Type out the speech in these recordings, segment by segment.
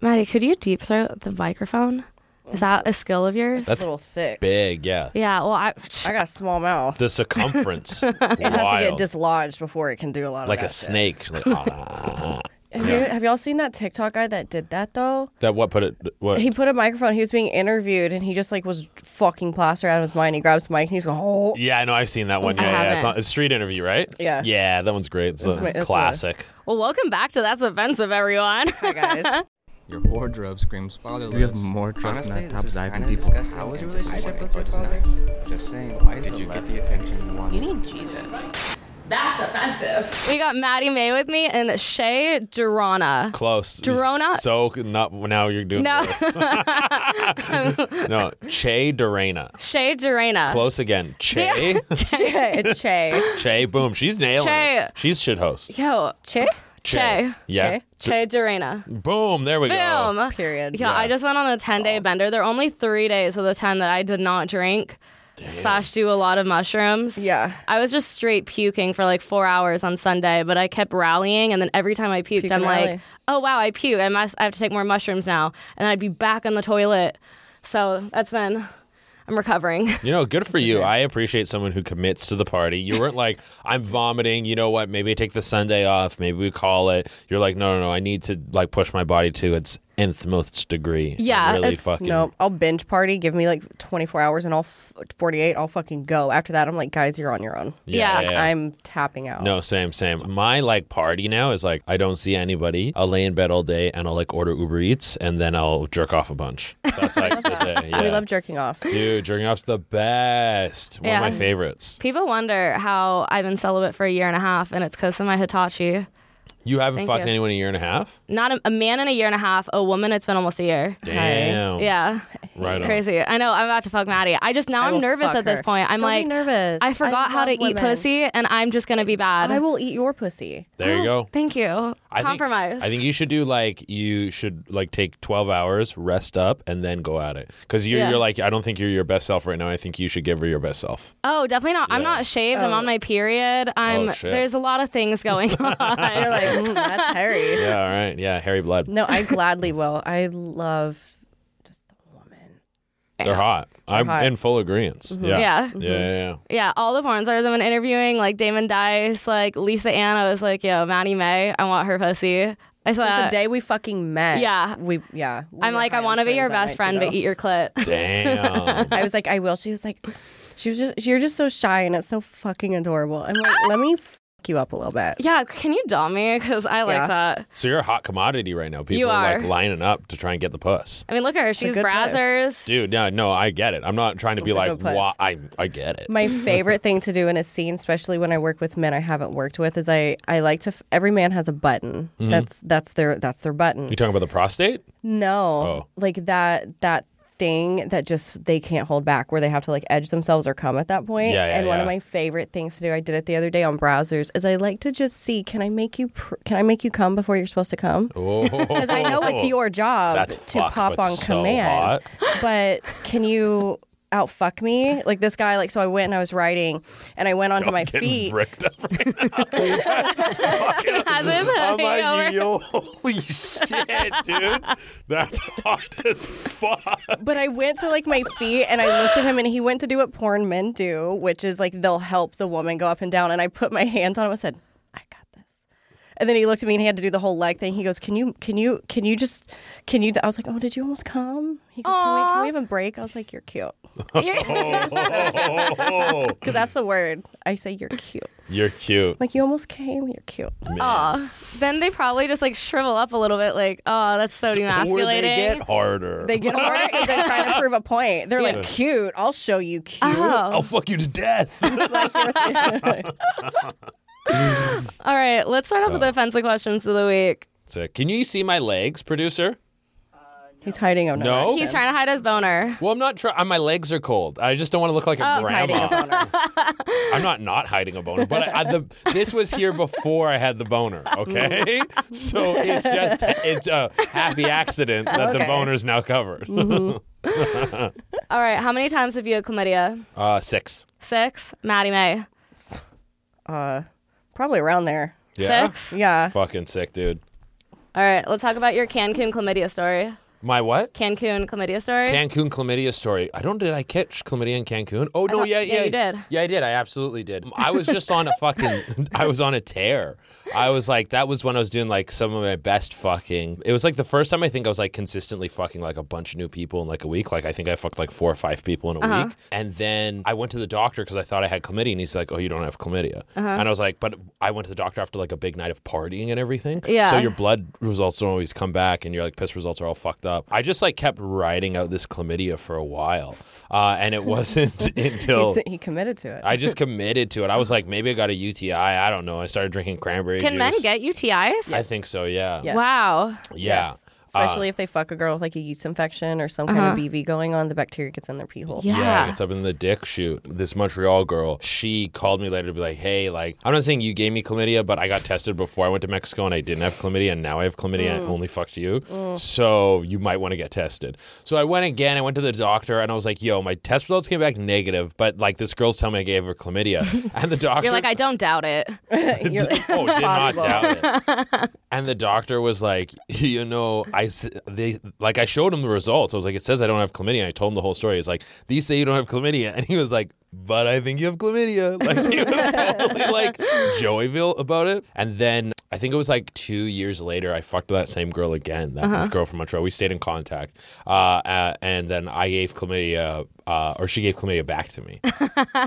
Maddie, could you deep throat the microphone? Is that a skill of yours? That's That's a little thick. Big, yeah. yeah. Well, I, I got a small mouth. The circumference, It has to get wild, dislodged before it can do a lot like of a that shit. snake. Like, ah. Have, you, have y'all seen that TikTok guy that did that though? that what put it? What? He put a microphone. He was being interviewed, and he just like was fucking plastered out of his mind. He grabs the mic and he's going, "Oh, yeah, I know. I've seen that one. Yeah, I yeah. It's, haven't. on, it's street interview, right? Yeah. Yeah, that one's great. It's a my- it's a- classic. well, welcome back to That's Offensive, everyone. hi guys." Your wardrobe screams fatherless. You have more trust Honestly, in our this top is Zypin kinda people. disgusting How was your and relationship with disappointing, your but it's father? nice. Just saying, why did you get the attention you wanted? You need Jesus. That's offensive. we got Maddie May with me and Shay Durana. Close. Dorona- So not now. You're doing No. this. no, Che Dorena. Shay Durana. Close again. Che. Che, Che, che. Boom. She's nailing Che. it. She's shit host. Yo, Che. Che. Yeah. Che. Shay Durana. Boom. There we go. Boom. Period. Yeah, I just went on a 10 day bender. There are only three days of the 10 that I did not drink, slash, do a lot of mushrooms. Yeah. I was just straight puking for like four hours on Sunday, but I kept rallying. And then every time I puked, Puke I'm and like, rally. oh, wow, I puke. I, must, I have to take more mushrooms now. And then I'd be back on the toilet. So that's been, I'm recovering. You know, good for you. I appreciate someone who commits to the party. You weren't like, I'm vomiting. You know what? Maybe I take the Sunday off. Maybe we call it. You're like, no, no, no. I need to like push my body to its nth most degree. and Yeah, really it's- fucking. Nope. I'll binge party. Give me like 24 hours and I'll f- 48. I'll fucking go. After that, I'm like, guys, you're on your own. Yeah, Yeah. yeah. I'm tapping out. No, same, same. My like party now is like I don't see anybody. I'll lay in bed all day and I'll like order Uber Eats and then I'll jerk off a bunch. That's like the day. Yeah. We love jerking off. Dude, jerking off's the best. One of my Yeah. favorites. People wonder how I've been celibate for a year and a half, and it's because of my Hitachi. You haven't Thank fucked you. anyone in a year and a half? Not a, a man in a year and a half, a woman, it's been almost a year. Damn. Yeah. Oh, Right on. Crazy. I know. I'm about to fuck Maddie. I just now I I will am nervous fuck at this her. point. I'm Don't be like nervous. I forgot I how to love eat women. pussy, and I'm just gonna be bad. I will eat your pussy. There you go. Thank you. I think- Compromise. I think you should do like you should like take twelve hours, rest up, and then go at it. Because you're, Yeah. you're like, I don't think you're your best self right now. I think you should give her your best self. oh, definitely not. I'm Yeah. not shaved. I'm on Oh. my period. I'm. Oh, shit. there's a lot of things going You're on. like, mm, that's hairy. Yeah. All right. Yeah. Harry blood. No, I gladly will. I love just the woman. They're hot. I'm hot. Mm-hmm. in full agreement. Yeah. Yeah. Yeah. Yeah. yeah. yeah, all the porn stars I've been interviewing, like Damon Dice, like Lisa Ann. I was like, yo, Maddie May, I want her pussy. I saw. Since the day we fucking met. Yeah. We, yeah. we I'm were like, I high on want to be shrooms your that best night, friend, but too, eat your clit. Mm-hmm. Damn. though. I was like, I will. She was like, she was just, you're just so shy and it's so fucking adorable. I'm like, let me fuck you up a little bit. Yeah, can you dom me? Because I like Yeah. that. so you're a hot commodity right now. People You are are. like lining up to try and get the puss. I mean, look at her. She's good puss. brazzers. Dude, no, no, I get it. I'm not trying to be It's a like, good puss. why? I, I get it. my favorite thing to do in a scene, especially when I work with men I haven't worked with, is I, I like to. F- every man has a button. That's that's their that's their button. you talking about the prostate? No, Oh. like that that thing that just they can't hold back, where they have to like edge themselves or come at that point. Yeah, yeah, and one of yeah. my favorite things to do, I did it the other day on browsers, is I like to just see can I make you pr- can I make you come before you're supposed to come. Oh, Because I know it's your job That's to fucked, pop but on so command. But can you outfuck me? Like this guy, like so I went and I was writing and I went onto my Getting feet. bricked up He has his hoodie over. yo, holy shit, dude. That's hot as fuck. But I went to like my feet and I looked at him and he went to do what porn men do, which is like they'll help the woman go up and down. And I put my hands on him and said, I got this. And then he looked at me and he had to do the whole leg thing. He goes, Can you, can you, can you just, can you? I was like, Oh, did you almost come? He goes, can we, can we have a break? I was like, You're cute. Because that's the word. I say, You're cute. You're cute. Like, you almost came. You're cute. Aw. Then they probably just like shrivel up a little bit, like, oh, that's so Or they get demasculating. harder. They get harder because they're trying to prove a point. They're like, cute. I'll show you cute. I'll Oh. fuck you to death. All right, let's start off with the offensive questions of the week. So, can you see my legs, producer? He's hiding on No? He's trying to hide his boner. Well, I'm not trying. My legs are cold. I just don't want to look like a He's Oh, hiding grandma. a boner. I'm not not hiding a boner, but I, I, the, this was here before I had the boner. Okay, so it's just it's a happy accident that the Okay. Mm-hmm. boner's now covered. All right, how many times have you had chlamydia? Uh, six. Six? Maddie May. Probably around there. Yeah. Six? Yeah. Fucking sick, dude. All right, let's talk about your Cancun chlamydia story. My what? Cancun chlamydia story. Cancun chlamydia story. I don't did I catch chlamydia in Cancun? Oh no, don't- yeah, yeah, yeah, you did. Yeah, I did. I absolutely did. I was just on a fucking. I was on a tear. I was like, that was when I was doing like some of my best fucking. It was like the first time I think I was like consistently fucking like a bunch of new people in like a week. Like I think I fucked like four or five people in a Uh-huh. week. And then I went to the doctor because I thought I had chlamydia, and he's like, "Oh, you don't have chlamydia." Uh-huh. And I was like, "But I went to the doctor after like a big night of partying and everything. Yeah. So your blood results don't always come back, and your like piss results are all fucked up." I just like kept riding out this chlamydia for a while, uh, and it wasn't until He's- he committed to it. I just committed to it. I was like, maybe I got a UTI. I don't know. I started drinking cranberry Can juice. men get UTIs? I think so. Yeah. Yes. Wow. Yeah. Uh, Yes. Especially if they fuck a girl with like a yeast infection or some kind of BV going on, the bacteria gets in their pee hole. Uh-huh. Yeah. Yeah, it gets up in the dick shoot. This Montreal girl, she called me later to be like, "Hey, like, I'm not saying you gave me chlamydia, but I got tested before I went to Mexico and I didn't have chlamydia, and now I have chlamydia Mm. and only fucked you. So you might want to get tested." So I went again. I went to the doctor and I was like, "Yo, my test results came back negative, but like this girl's telling me I gave her chlamydia," and the doctor You're like, I don't doubt it. You're like, oh, did not possible. doubt it. And the doctor was like, you know, I s- they like I showed him the results. I was like, it says I don't have chlamydia. I told him the whole story. He's like, these say you don't have chlamydia, and he was like, but I think you have chlamydia. Like he was totally like Joeyville about it. And then I think it was like two years later, I fucked that same girl again. That Uh-huh. girl from Montreal. We stayed in contact, uh, uh, and then I gave chlamydia. Uh, or she gave chlamydia back to me.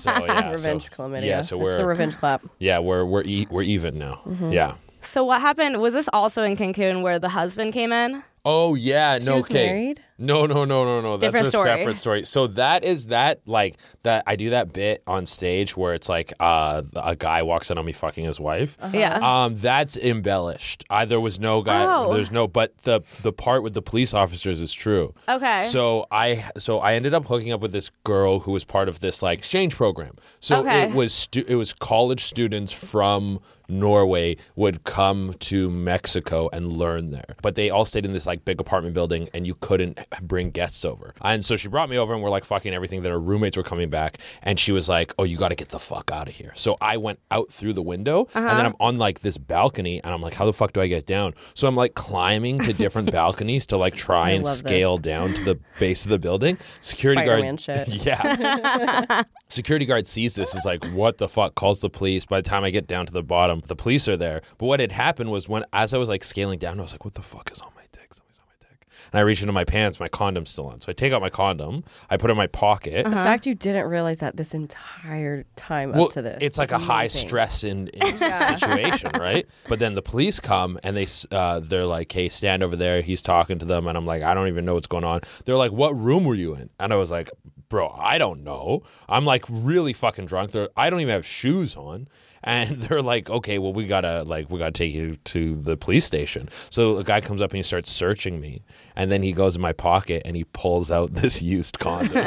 So, yeah, Revenge so, chlamydia. Yeah, so That's we're the revenge clap. yeah, we're we're e- we're even now. Yeah. So what happened? Was this also in Cancun where the husband came in? Oh yeah, no. was okay. married? No, no, no, no, no. That's Different a story. separate story. So that is that like that. I do that bit on stage where it's like uh a guy walks in on me fucking his wife. Yeah. Um, that's embellished. I, there was no guy. Oh. There's no. But the the part with the police officers is true. Okay. So I so I ended up hooking up with this girl who was part of this like exchange program. So Okay. it was stu- it was college students from Norway would come to Mexico and learn there. But they all stayed in this like big apartment building and you couldn't bring guests over. And so she brought me over and we're like fucking everything that her roommates were coming back and she was like, "Oh, you got to get the fuck out of here." So I went out through the window and then I'm on like this balcony and I'm like, "How the fuck do I get down?" So I'm like climbing to different balconies to like try and love this. scale down to the base of the building. Security Spider-Man guard, shit. yeah. Security guard sees this. Is like, what the fuck? Calls the police. By the time I get down to the bottom, the police are there. But what had happened was when, as I was like scaling down, I was like, what the fuck is on my dick? Something's on my dick. And I reach into my pants. My condom's still on. So I take out my condom. I put it in my pocket. The fact you didn't realize that this entire time Well, up to this. it's like is a high amazing. stress in, in situation, right? But then the police come and they s- uh, they're like, "Hey, stand over there." He's talking to them, and I'm like, "I don't even know what's going on." They're like, "What room were you in?" And I was like, "Bro, I don't know. I'm like really fucking drunk. They're, I don't even have shoes on." And they're like, okay, well, we gotta like, we gotta take you to the police station. So a guy comes up and he starts searching me, and then he goes in my pocket and he pulls out this used condom,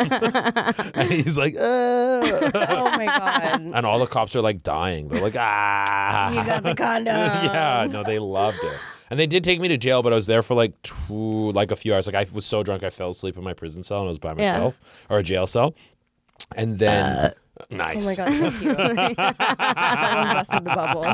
and he's like, ah. Oh my god. And all the cops are like dying. They're like, you ah. got the Oh condom. yeah, no, they loved it. And they did take me to jail, but I was there for like two, like a few hours. Like I was so drunk, I fell asleep in my prison cell and I was by myself or a jail cell. And then, uh, nice. Oh my god, thank you. Someone busted the bubble.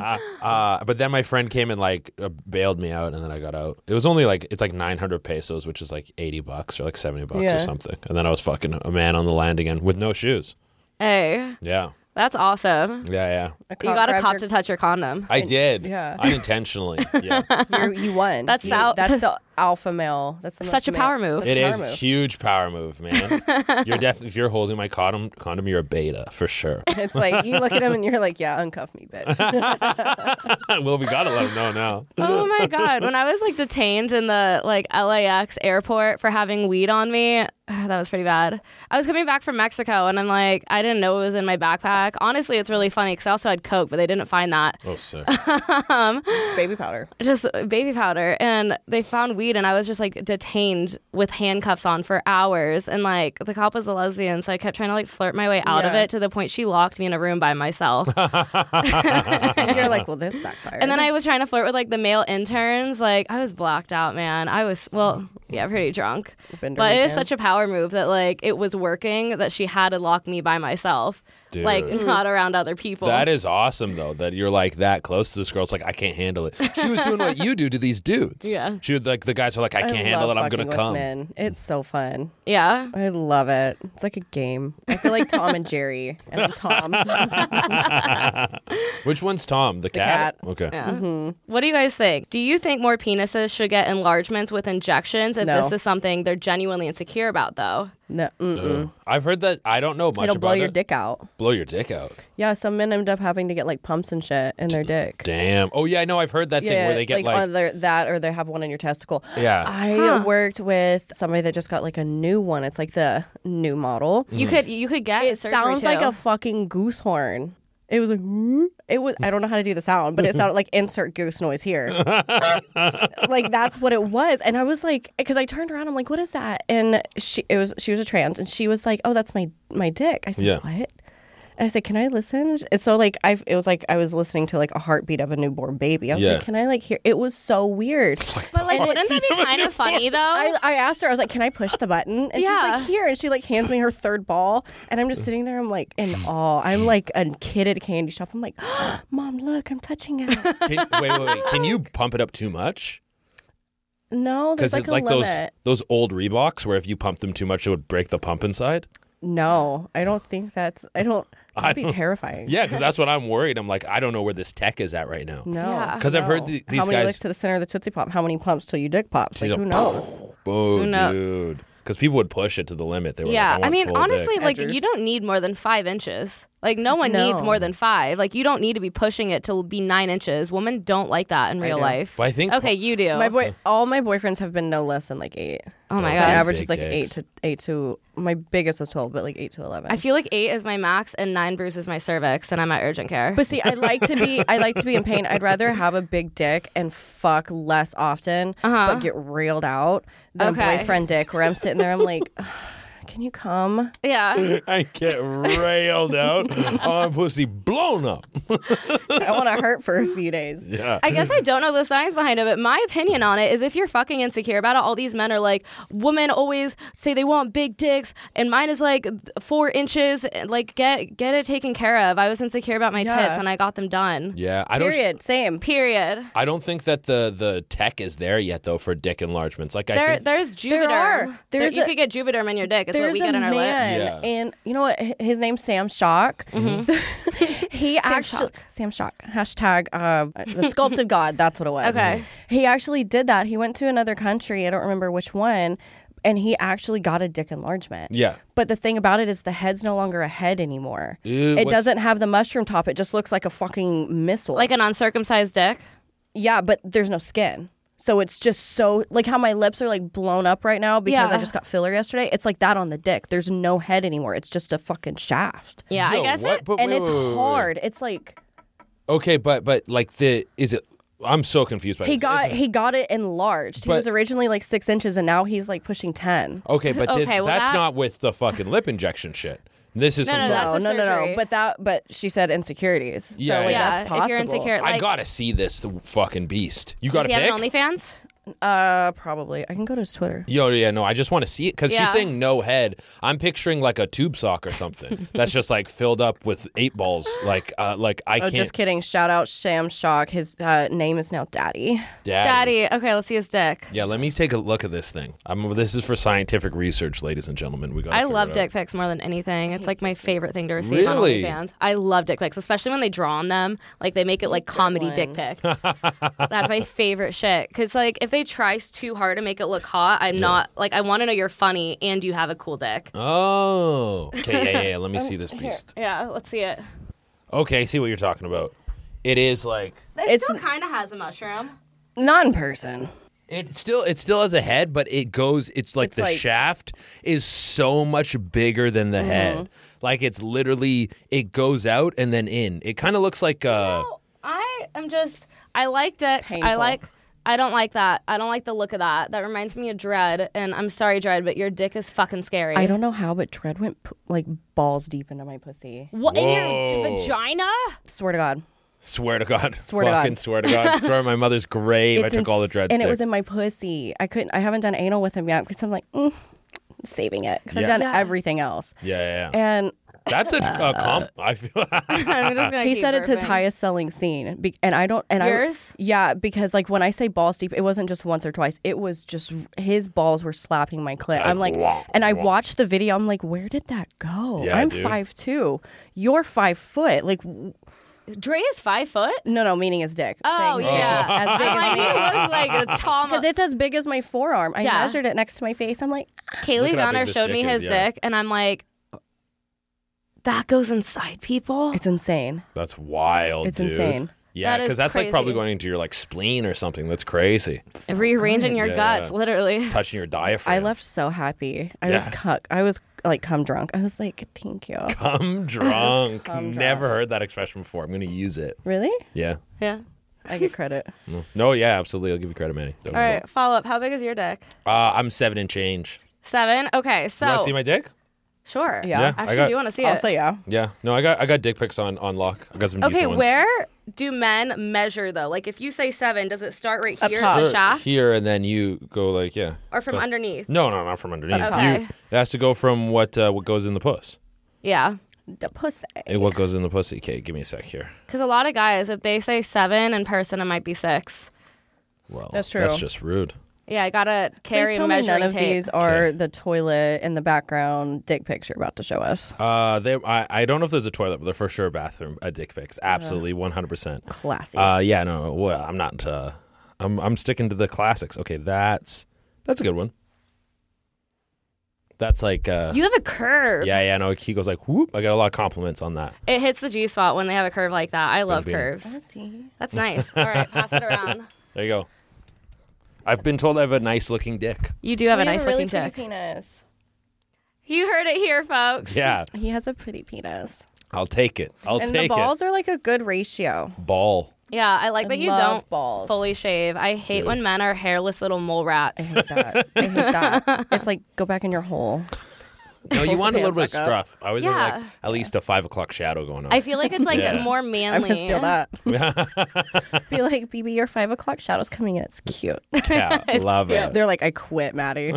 Uh, but then my friend came and like uh, bailed me out, and then I got out. It was only like it's like 900 pesos, which is like 80 bucks or like 70 bucks Yeah. or something. And then I was fucking a man on the land again with no shoes. Hey, Yeah, that's awesome. yeah, yeah. You got a grabbed cop your- to touch your condom. I did. yeah. unintentionally. Yeah. You're, you won. That's You- out- That's the alpha male. That's the Such most a power male- move. that's It a is power move. huge power move, man. you're def- if you're holding my condom, condom, you're a beta for sure. It's like you look at him and you're like, yeah, uncuff me, bitch. well, we gotta let him know now. Oh my god! When I was like detained in the like LAX airport for having weed on me, that was pretty bad. I was coming back from Mexico, and I'm like, I didn't know it was in my backpack. Honestly, it's really funny because I also had coke, but they didn't find that. Oh, sick. It's baby powder. Just baby powder, and they found weed, and I was just like detained with handcuffs on for hours. And like the cop was a lesbian, so I kept trying to like flirt my way out of Yeah. it to the point she locked me in a room by myself. Uh-huh. You're like, well, this backfired. And then I was trying to flirt with like the male interns. Like I was blacked out, man. I was well, Yeah, pretty drunk. Bender but it is weekend. such a power move that like it was working that she had to lock me by myself, Dude. like not around other people. That is awesome though that you're like that close to this girl. It's like I can't handle it. She was doing what you do to these dudes. Yeah. She would like the guys are like I can't handle it. love I'm gonna fucking with come. Men. It's so fun. yeah. I love it. It's like a game. I feel like Tom and Jerry, and I'm Tom. Which one's Tom? The, cat? cat. Okay. Yeah. Mm-hmm. What do you guys think? Do you think more penises should get enlargements with injections if No. this is something they're genuinely insecure about, though? no, mm. Uh, I've heard that. I don't know much it'll about blow your it. dick out. Blow your dick out. Yeah, some men end up having to get like pumps and shit in their dick. Damn. Oh yeah, I know. I've heard that thing yeah, where they get like, either that or they have one in your testicle. yeah. I worked with somebody that just got like a new one. It's like the new model. You Hmm. could you could get It surgery, sounds like too. a fucking goose horn. It was like "Hmm." it was. I don't know how to do the sound, but it sounded like insert goose noise here. like that's what it was, and I was like, because I turned around, I'm like, what is that? And she, it was, she was a trans, and she was like, oh, that's my my dick. I said, Yeah. what? And I said, can I listen? And so like, I it was like I was listening to like a heartbeat of a newborn baby. I was Yeah. like, can I like hear? It was so weird. But like, And it- wouldn't that be kind of funny though? I, I asked her, I was like, can I push the button? And Yeah. she's like, here. And she like hands me her third ball. And I'm just sitting there, I'm like in awe. I'm like a kid at a candy shop. I'm like, mom, look, I'm touching it. Can, wait, wait, wait. Can you pump it up too much? no, there's Because like it's a like those limit. those old Reeboks where if you pump them too much, it would break the pump inside. No, I don't think that's, I don't, I that'd be don't- terrifying. Yeah, because that's what I'm worried. I'm like, I don't know where this tech is at right now. No. Yeah. Because I've heard No. the, How these many guys. licks to the center of the Tootsie Pop? How many pumps till you dick pops? Like, She's who like, knows? oh, Who kno- dude. Because people would push it to the limit. They were yeah, like, I, want mean, full honestly, dick. like Edgers. you don't need more than five inches. Like no one No. needs more than five. Like you don't need to be pushing it to be nine inches. Women don't like that in real do. life. But I think- okay, you do. My boy, all my boyfriends have been no less than like eight. oh my Yeah. god, My Big average is like dicks. eight to eight to. My biggest was twelve, but like eight to eleven. I feel like eight is my max and nine bruises my cervix, and I'm at urgent care. But see, I like to be I like to be in pain. I'd rather have a big dick and fuck less often, Uh-huh. but get reeled out than Okay. a boyfriend dick where I'm sitting there, I'm like, can you come? yeah, I get railed out on pussy blown up. I want to hurt for a few days. Yeah. I guess I don't know the science behind it, but my opinion on it is if you're fucking insecure about it, all these men are like, women always say they want big dicks, and mine is like four inches. Like, get get it taken care of. I was insecure about my Yeah. tits, and I got them done. yeah. I don't. Period. Same. Period. I don't think that the the tech is there yet though for dick enlargements. Like I There, think there's Juvederm. are. There- There's you a- could get Juvederm in your dick. It's what There's we a get in our lips. man, lips. Yeah. and you know what? H- His name's Sam Shock. So- he Mm-hmm. actually Shock. Sam Shock hashtag uh, the sculpted god. That's what it was. Okay. he actually did that. He went to another country. I don't remember which one, and he actually got a dick enlargement. yeah. But the thing about it is the head's no longer a head anymore. Ew, it what's- doesn't have the mushroom top. It just looks like a fucking missile. Like an uncircumcised dick. yeah, but there's no skin. So it's just so like how my lips are like blown up right now because I Yeah. just got filler yesterday. It's like that on the dick. There's no head anymore. It's just a fucking shaft. Yeah, Yo, I guess what? it. But and wait, it's wait, wait, wait, wait. hard. It's like Okay, but but like the is it? I'm so confused by he this. got Is it- he got it enlarged. he But- was originally like six inches and now he's like pushing ten. Okay, but did- Okay, well, that's that- not with the fucking lip injection shit. This is No, some no, sort of- that's no, a no, no, no. surgery. But that but she said insecurities. Yeah, so, like, yeah. that's possible. if you're insecure, like, I gotta see this th- fucking beast. You does got a he have pic? an OnlyFans? uh probably. I can go to his Twitter. Yo, yeah, no, I just want to see it because Yeah. she's saying no head. I'm picturing like a tube sock or something that's just like filled up with eight balls. Like, uh, like I Oh, can't. just kidding. Shout out Sam Shock. His uh, name is now Daddy. Daddy. Daddy. Okay, let's see his dick. Yeah, let me take a look at this thing. I'm, this is for scientific research, ladies and gentlemen. We got. I love dick pics more than anything. It's like my favorite thing to receive on Really? OnlyFans. I love dick pics, especially when they draw on them. Like they make it like comedy dick pic. That's my favorite shit. Cause like if they try too hard to make it look hot, I'm not like I want to know you're funny and you have a cool dick. Oh, okay, yeah, yeah. yeah. Let me see this beast. Yeah, let's see it. Okay, I see what you're talking about. It is like It It's- still kind of has a mushroom. Not in person. It still it still has a head, but it goes. It's like It's the like- Mm-hmm. shaft is so much bigger than the head. Like it's literally it goes out and then in. It kind of looks like uh I am just I like dicks. I Painful. like I don't like that. I don't like the look of that. That reminds me of Dread, and I'm sorry, Dread, but your dick is fucking scary. I don't know how, but Dread went p- like balls deep into my pussy. What in your Whoa. vagina? Swear to God. Swear to God. Swear to Fucking God. swear to God. swear on my mother's grave. I It's took all the ins- dreads. and it was in my pussy. I couldn't. I haven't done anal with him yet because I'm like mm, saving it because Yeah. I've done Yeah. everything else. yeah, yeah, yeah. And That's a, a comp. I feel. I'm just gonna he keep said it's his burping. highest selling scene, be- and I don't. And Yours? I yeah, because like when I say balls deep, it wasn't just once or twice. It was just his balls were slapping my clit. I'm like, wah, and I wah. watched the video. I'm like, where did that go? Yeah, I'm dude. five two. You're five foot. Like w- Dre is five foot. no, no, meaning his dick. Oh Saying his dick yeah, is as big I'm as like he looks like a tall. because it's as big as my forearm. I Yeah. measured it next to my face. I'm like, Kaylee Look at how Gunner big this showed me dick his is, yeah. dick, and I'm like, that goes inside people. oh, it's insane. That's wild. It's dude. insane. Yeah, That is because that's like probably crazy. going into your like spleen or something. That's crazy. Rearranging your Yeah. guts, literally. Touching your diaphragm. I left so happy. I was Yeah. cuck. I was like cum drunk. I was like, thank you. Come drunk. Cum drunk. Never heard that expression before. I'm gonna use it. Really? Yeah. Yeah. I get credit. No. Yeah. Absolutely. I'll give you credit, Manny. Don't All right. Follow up. How big is your dick? Uh, I'm seven and change. Seven. Okay. So You want to see my dick? sure. Yeah. Yeah, I Actually, got- do want to see I'll it. say yeah. Yeah. No, I got I got dick pics on on lock. I got some Okay, decent ones. where do men measure though? Like, if you say seven, does it start right here top. at the Start shaft, Here and then you go like yeah. or from Go- underneath? No, no, not from underneath. Okay. You, it has to go from what uh, what goes in the puss. Yeah, The pussy. Eh, What goes in the pussy? Okay, give me a sec here. because a lot of guys, if they say seven in person, it might be six. Well, That's true. That's just rude. Yeah, I gotta Please carry tell me measuring none of tape. these are the toilet in the background dick picture about to show us. Uh, they I, I don't know if there's a toilet, but they're for sure a bathroom. A dick pics, absolutely, one hundred percent. Classy. Uh, yeah, no, no, well, I'm not. Uh, I'm I'm sticking to the classics. Okay, that's that's a good one. That's like uh, You have a curve. yeah, yeah. No, he goes like whoop. I got a lot of compliments on that. It hits the G spot when they have a curve like that. I love Boom, boom. curves. See? That's nice. All right, pass it around. There you go. I've been told I have a nice looking dick. You do have a You nice really looking pretty dick. Penis. You heard it here, folks. Yeah, He has a pretty penis. I'll take it. I'll and the take balls are like a good ratio. it. Ball. Yeah, I like I that you love don't balls. fully shave. I hate Dude. when men are hairless little mole rats. I hate that. I hate that. It's like go back in your hole. No, you Pulls want the a little bit of pants back scruff. I always have like Yeah. at least a five o'clock shadow going on. I feel like it's like Yeah. more I'm manly. gonna steal that. Be like, BB, your five o'clock shadow's coming in. It's cute. yeah, love it. They're like, I quit, Maddie.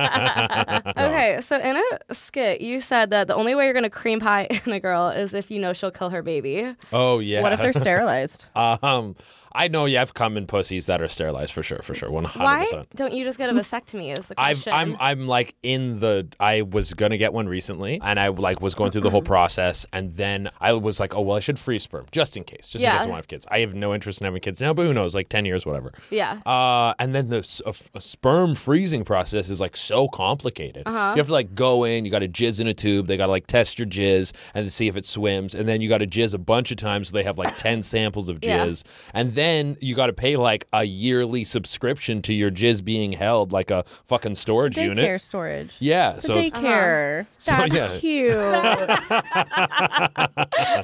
Okay, so in a skit, you said that the only way you're gonna cream pie in a girl is if you know she'll kill her baby. Oh yeah. What if they're sterilized? Um, I know. Yeah, I've come in pussies that are sterilized for sure, for sure, one hundred Why percent. don't you just get a vasectomy? Is the I've, question. I'm I'm like in the I was gonna get one recently and I like was going through the whole process and then I was like oh well I should freeze sperm just in case just in Yeah. case I want to have kids I have no interest in having kids now but who knows like ten years whatever yeah. Uh, and then the s- a f- a sperm freezing process is like so complicated. You have to like go in, you got to jizz in a tube, they got to like test your jizz and see if it swims, and then you got to jizz a bunch of times. So they have like 10 samples of Yeah. jizz, and then you got to pay like a yearly subscription to your jizz being held like a fucking storage Daycare unit. storage. Yeah, It's a so daycare. So, That's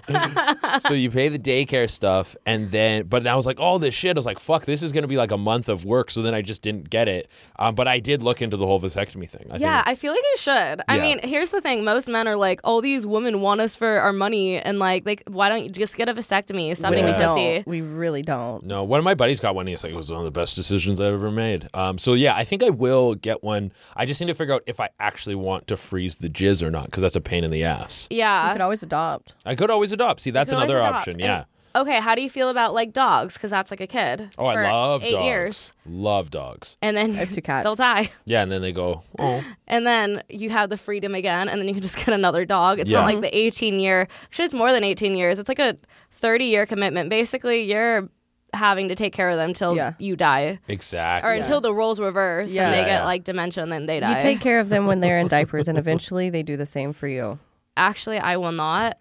yeah. cute. so you pay the daycare stuff, and then but I was like, all this shit. I was like, fuck, this is gonna be like a month of work. So then I just didn't get it. Um, but I did look into the whole vasectomy thing. I yeah, think, I feel like you should. I Yeah. mean, here's the thing: most men are like, "Oh, these women want us for our money," and like, like, why don't you just get a vasectomy? Stop we being a Yeah. pussy. don't. We really don't. No, one of my buddies got one. and He's like, it was one of the best decisions I ever made. Um, so yeah, I think I will get one. I just need to figure out if I actually want to freeze the jizz or not, because that's a pain in the ass. You Yeah. could always adopt. I could always adopt. See, that's You can always another adopt. option. Yeah. And- okay, how do you feel about like dogs? Because that's like a kid. Oh, I for love eight dogs. years, Love dogs. and then have two cats. they'll die, Yeah, and then they go, oh, and then you have the freedom again, and then you can just get another dog. It's Yeah. not like the 18 year. Actually, it's more than 18 years. It's like a 30 year commitment. Basically, you're having to take care of them till Yeah. you die. exactly. Or until the roles reverse Yeah. and they Yeah, get yeah. like dementia and then they die. You take care of them when they're in diapers, and eventually they do the same for you. Actually, I will not.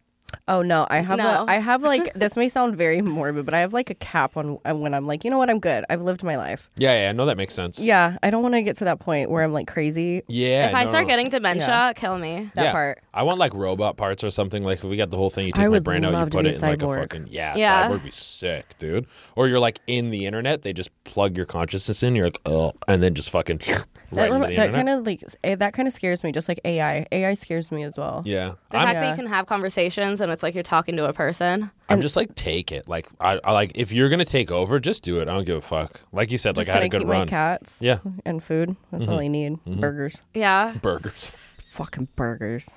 Oh no, I have No. a, I have like this may sound very morbid, but I have like a cap on on when I'm like, you know what, I'm good. I've lived my life. Yeah, yeah, I know that makes sense. Yeah. Yeah, I don't want to get to that point where I'm like crazy. If I no, start no. getting dementia, Yeah. kill me. That yeah. part. I want like robot parts or something. Like if we got the whole thing, you I take my would brain out, love you to put be it a in like a cyborg. fucking yeah, Yeah. cyborg would be sick, dude. Or you're like in the internet, they just plug your consciousness in, you're like oh, and then just fucking That, right rem- into the that internet. kind of like eh, that kind of scares me, just like AI. AI scares me as well. yeah, The I'm fact that you Yeah. can have conversations happens and it's like you're talking to a person. I'm just like take it. Like I, I like if you're gonna take over, just do it. I don't give a fuck. Like you said, Just like I had gonna a good keep my run. cats Yeah, and food. That's all I need. Burgers. Yeah. burgers, Fucking burgers.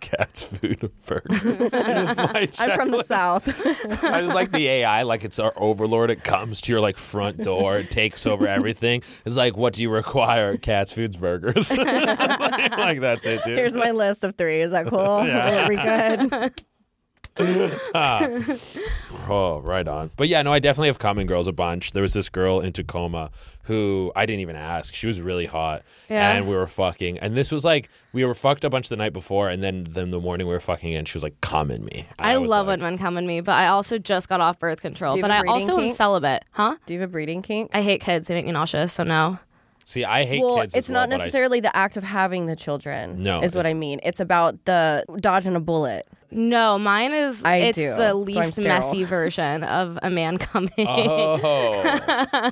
cats, food, burgers. My I'm from the checklist. south. I just like the AI, like it's our overlord. It comes to your like front door, it takes over everything. It's like, what do you require? Cats, foods, burgers. like, that's it, dude. Here's my list of three. Is that cool? Yeah. Are we good? Oh, right on. But yeah, no, I definitely have common girls a bunch. There was this girl in Tacoma who I didn't even ask. She was really hot. Yeah. And we were fucking. And this was like, we were fucked a bunch the night before. And then, then the morning we were fucking and she was like, common me. And I, was love like, when men come in me, but I also just got off birth control. Do you But have a I breeding also am kink? celibate, huh? Do you have a breeding kink? I hate kids; they make me nauseous. So no. See, I hate well, kids. as it's not well, but I- necessarily the act of having the children. No, is what it's- I mean. It's about the dodging a bullet. No, mine is I it's do, so the I'm least sterile. messy version of a man coming. Oh,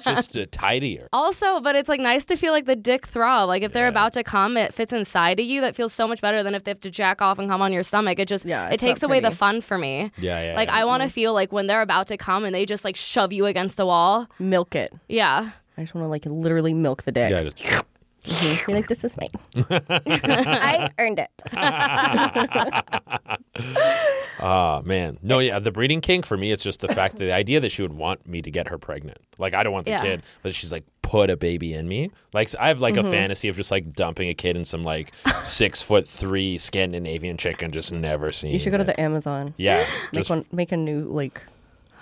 just uh, tidier. Also, but it's like nice to feel like the dick throb. Like if they're about to come, it fits inside of you. That feels so much better than if they have to jack off and come on your stomach. It just Yeah, it it's takes not away the pretty. Mm-hmm. fun for me. Yeah, yeah. Like yeah. I want to feel like when they're about to come and they just like shove you against a wall. Milk it. Yeah. I just want to like literally milk the dick. Yeah, just- Mhm. Be like, this is mine. I earned it. Ah, man. No, yeah. The breeding kink for me, it's just the fact that the idea that she would want me to get her pregnant. Like, I don't want the Yeah. kid, but she's like, put a baby in me. Like, I have like Mm-hmm. a fantasy of just like dumping a kid in some like six foot three Scandinavian chick and just never seeing. You should go to it. the Amazon. Yeah. Make Just one. Make a new like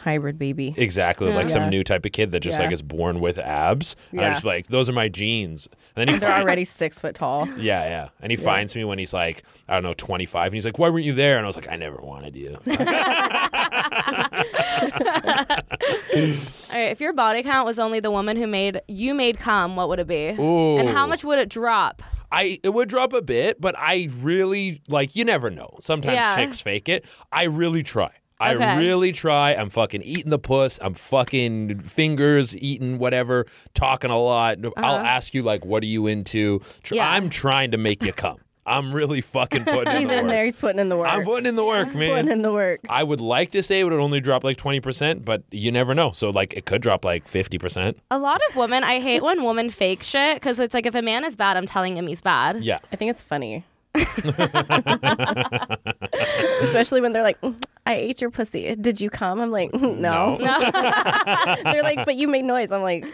hybrid baby. Exactly, like some Yeah. new type of kid that just Yeah. like is born with abs. And I'm Yeah. just like, those are my genes. And then he They're find- already six foot tall. Yeah, yeah. And he finds me when he's like, I don't know, 25. And he's like, why weren't you there? And I was like, I never wanted you. All right, if your body count was only the woman who made you made come, what would it be? Ooh. And how much would it drop? I it would drop a bit, but I really like you never know. Sometimes Yeah. chicks fake it. I really try. I Okay. really try. I'm fucking eating the puss. I'm fucking fingers eating whatever, talking a lot. Uh-huh. I'll ask you like, what are you into? Tr- Yeah. I'm trying to make you come. I'm really fucking putting in He's the in work. there. He's putting in the work. I'm putting in the work, putting man. in the work. I would like to say it would only drop like 20%, but you never know. So like it could drop like 50%. A lot of women, I hate when women fake shit because it's like if a man is bad, I'm telling him he's bad. Yeah. I think it's funny. Especially when they're like, "Mm, I ate your pussy. Did you come? I'm like, "Mm, no. they're like, but you made noise. I'm like,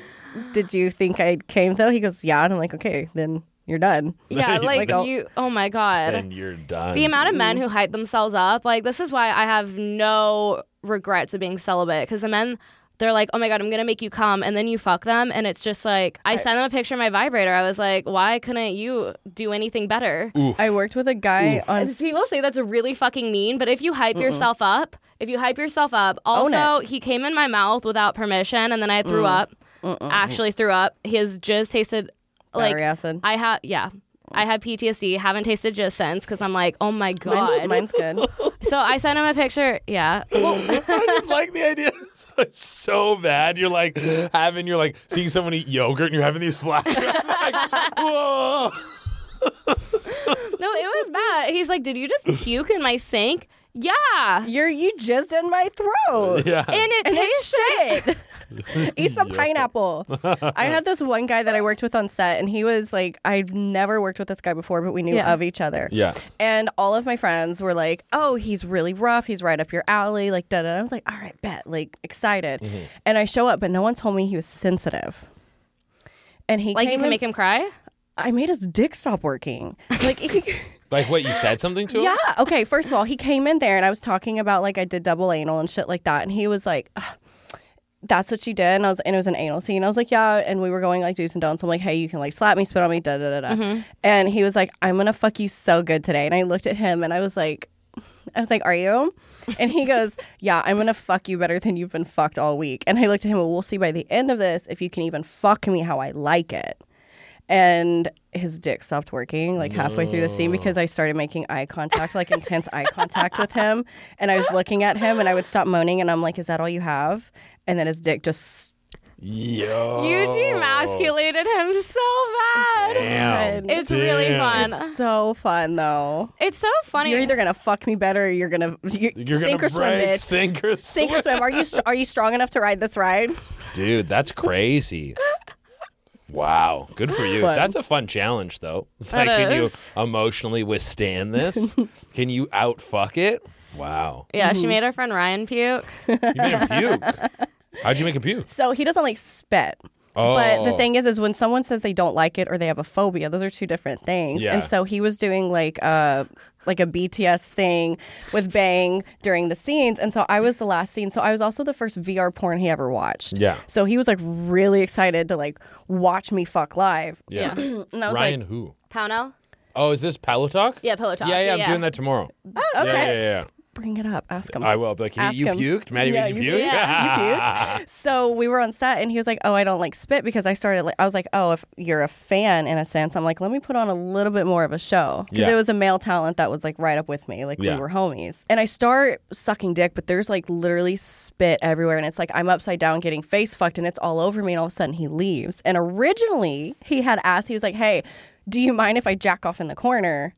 did you think I came though? He goes, yeah. And I'm like, okay, then you're done. Yeah, like Like, you. Oh my god. And you're done. the amount of men who hype themselves up like this is why i have no regrets of being celibate because the men they're like oh my god i'm gonna make you come and then you fuck them and it's just like i sent them a picture of my vibrator i was like why couldn't you do anything better I worked with a guy on. and people say that's really fucking mean but if you hype yourself up if you hype yourself up Own also he came in my mouth without permission and then i threw up actually threw up his jizz tasted like Battery acid. i have yeah I had PTSD, haven't tasted jizz since because I'm like, oh my god, Mine's, mine's good. so I sent him a picture. Yeah. I just like the idea it's so bad. You're like having, you're like seeing someone eat yogurt and you're having these flashbacks. like, whoa. No, it was bad. He's like, Did you just puke in my sink? Yeah. You're you jizzed in my throat. Yeah. And it And tastes it's shit. Eat some pineapple. I had this one guy that I worked with on set, and he was like, I've never worked with this guy before, but we knew Yeah. of each other. Yeah. And all of my friends were like, "Oh, he's really rough. He's right up your alley." Like da da. I was like, "All right, bet." Like excited. And I show up, but no one told me he was sensitive. And he like you came can in- make him cry. I made his dick stop working. Like he. like what you said something to Yeah. him? Okay. First of all, he came in there and I was talking about like I did double anal and shit like that, and he was like, "Ugh, "That's what you did," and I was and it was an anal scene. I was like, "Yeah," and we were going like do's and don'ts. I'm like, "Hey, you can like slap me, spit on me, da da da da," Mm-hmm. and he was like, "I'm gonna fuck you so good today," and I looked at him and I was like. I was like, "Are you?" And he goes, "Yeah, I'm gonna fuck you better than you've been fucked all week." And I looked at him. Well, we'll see by the end of this if you can even fuck me how I like it. And his dick stopped working like halfway through the scene because I started making eye contact, like intense eye contact with him. And I was looking at him, and I would stop moaning, and I'm like, "Is that all you have?" And then his dick just Yo. Oh. You demasculated him so bad. Damn. fun. It's really Damn. fun. so fun though. It's so funny. You're either gonna fuck me better, or you're gonna you, You're sink gonna or swim, break, bitch. sink or swim, Sink or swim. Are you st- are you strong enough to ride this ride? dude. That's crazy. Wow, good for you. Fun. That's a fun challenge, though. It's That like, can you is. emotionally withstand this? can you out fuck it? Wow, yeah, she made our friend Ryan puke. you made him puke. How'd you make him puke? So he doesn't like spit. Oh, But the thing is, is when someone says they don't like it or they have a phobia, those are two different things. Yeah. And so he was doing like a like a BTS thing with Bang during the scenes, and so I was the last scene. So I was also the first VR porn he ever watched. Yeah. So he was like really excited to like watch me fuck live. yeah, And I was Ryan like, who? Pownell? Oh, is this Pillow Talk? Yeah, Pillow Talk. Yeah, yeah, Yeah, I'm yeah. doing that tomorrow. oh, okay, Yeah, yeah, yeah. bring it up, ask him. I will. I'll be like, Ask you him. puked? Maddie, Yeah, you you puked? did. Yeah, you puked. So we were on set, and he was like, "Oh, I don't like spit because I started. Like, I was like, oh, if you're a fan in a sense, I'm like, let me put on a little bit more of a show because Yeah. it was a male talent that was like right up with me, like Yeah. we were homies. And I start sucking dick, but there's like literally spit everywhere, and it's like I'm upside down getting face fucked, and it's all over me, and all of a sudden he leaves. And originally he had asked, he was like, hey. Do you mind if I jack off in the corner?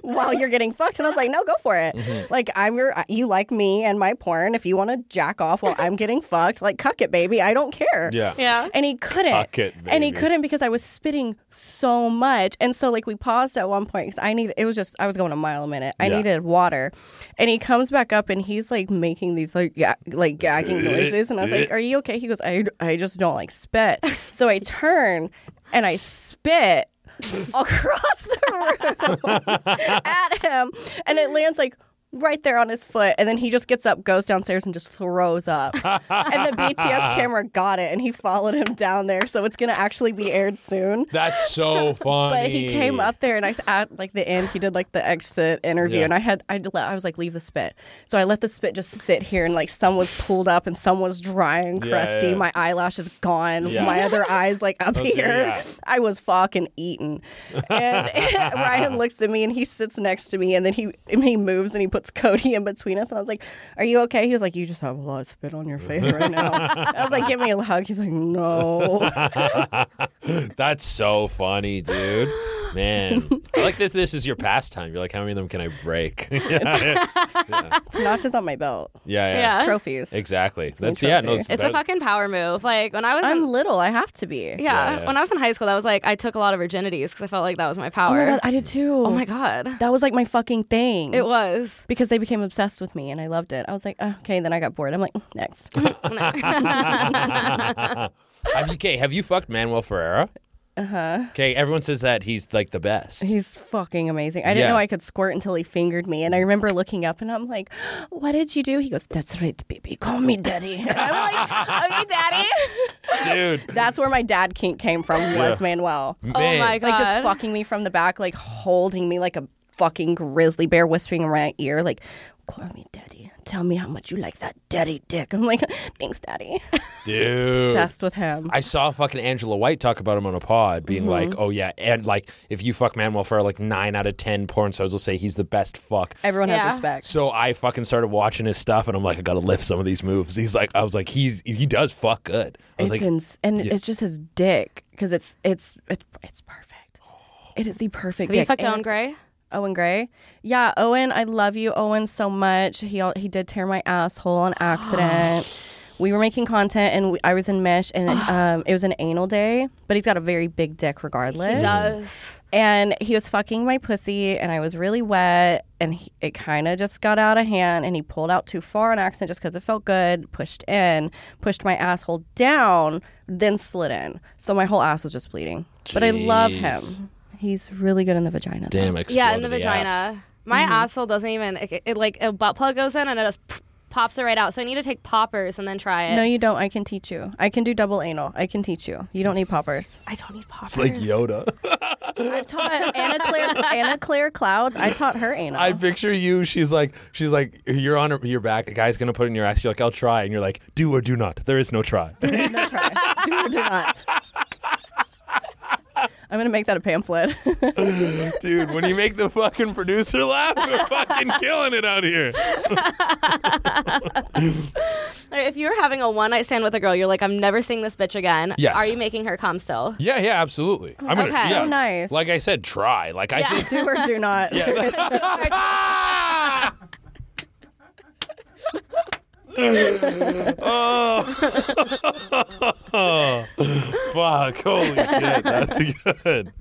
while you're getting fucked. And I was like, no, go for it. Mm-hmm. Like, I'm your, you like me and my porn. If you want to jack off while I'm getting fucked, like, cuck it, baby. I don't care. Yeah. Yeah. And he couldn't. Cuck it, And he baby. couldn't because I was spitting so much. And so, like, we paused at one point because I needed, it was just, I was going a mile a minute. I Yeah. needed water. And he comes back up and he's like making these, like, ga- like gagging noises. And I was like, are you okay? He goes, I, I just don't like spit. So I turn and I spit across the room at him and it lands like right there on his foot and then he just gets up goes downstairs and just throws up and the bts camera got it and he followed him down there so it's gonna actually be aired soon That's so funny. but he came up there and i s- at like the end he did like the exit interview Yeah. and i had I, let, I was like leave the spit so i let the spit just sit here and like some was pulled up and some was dry and Yeah, yeah, crusty yeah. my eyelash is gone Yeah. my other eye's like up Oh, so here yeah. i was fucking eaten and ryan looks at me and he sits next to me and then he and he moves and he puts cody in between us and i was like are you okay he was like you just have a lot of spit on your face right now i was like give me a hug he's like no That's so funny, dude. Man, I like this. This is your pastime. You're like, how many of them can I break? yeah, yeah, it's notches on my belt yeah. Yeah. trophies Exactly. That's my yeah. No, trophy. It's that- a fucking power move. Like when I was I'm in, little. I have to be. yeah, yeah. when I was in high school, that was like I took a lot of virginities because I felt like that was my Oh power. my god, I did too. oh my god. that was like my fucking thing. It was. because they became obsessed with me and I loved it. I was like, oh, okay. Then I got bored. I'm like, mm, next. Have you okay? Have you fucked Manuel Ferreira? Uh huh. Okay, everyone says that he's like the best. He's fucking amazing. I didn't Yeah. know I could squirt until he fingered me, and I remember looking up and I'm like, what did you do? He goes, that's right, baby. Call me daddy. And I'm like, okay, daddy. Dude, That's where my dad kink came from. Was Manuel. man. Oh my god. like just fucking me from the back, like holding me like a fucking grizzly bear, whispering in my ear, like, "Call me daddy. Tell me how much you like that daddy dick." I'm like, "Thanks, daddy." dude. Obsessed with him. I saw fucking Angela White talk about him on a pod, being Mm-hmm. like, "Oh yeah," and like if you fuck Manuel Ferrer, like nine out of ten porn stars will say he's the best fuck. Everyone Yeah. has respect. So I fucking started watching his stuff, and I'm like, I gotta lift some of these moves. He's like, I was like, he's he does fuck good. I was It's like, ins- and it's just his dick because it's it's it's it's perfect. It is the perfect. Have you dick. fucked And Owen Gray? it's- Owen Gray. Yeah, Owen, I love you, Owen, so much. He al- he did tear my asshole on accident. we were making content, and we, I was in mesh, and um, it was an anal day. But he's got a very big dick, regardless. He does. And he was fucking my pussy, and I was really wet, and he, it kind of just got out of hand. And he pulled out too far on accident, just because it felt good. Pushed in, pushed my asshole down, then slid in. So my whole ass was just bleeding. But I love him. Jeez. He's really good in the vagina. though. damn, exploded Yeah, in the ass. Mm-hmm. vagina. My asshole doesn't even it, it like a butt plug goes in and it just p- pops it right out. So I need to take poppers and then try it. No, you don't. I can teach you. I can do double anal. I can teach you. You don't need poppers. I don't need poppers. It's like Yoda. I've taught Anna Claire Anna Claire Clouds. I taught her anal. I picture you. She's like, she's like, you're on her, your back. A guy's gonna put it in your ass. You're like, I'll try, and you're like, do or do not. There is no try. no try. Do or do not. I'm gonna make that a pamphlet. Dude, when you make the fucking producer laugh, we're fucking killing it out here. I If you're having a one night stand with a girl, you're like, I'm never seeing this bitch again. Yes. Are you making her come still? Yeah, yeah, absolutely. I'm gonna. Okay. Yeah. So nice. Like I said, try. Like I. Yeah. Think, do or do not. ah! oh. Fuck! Holy shit, that's good.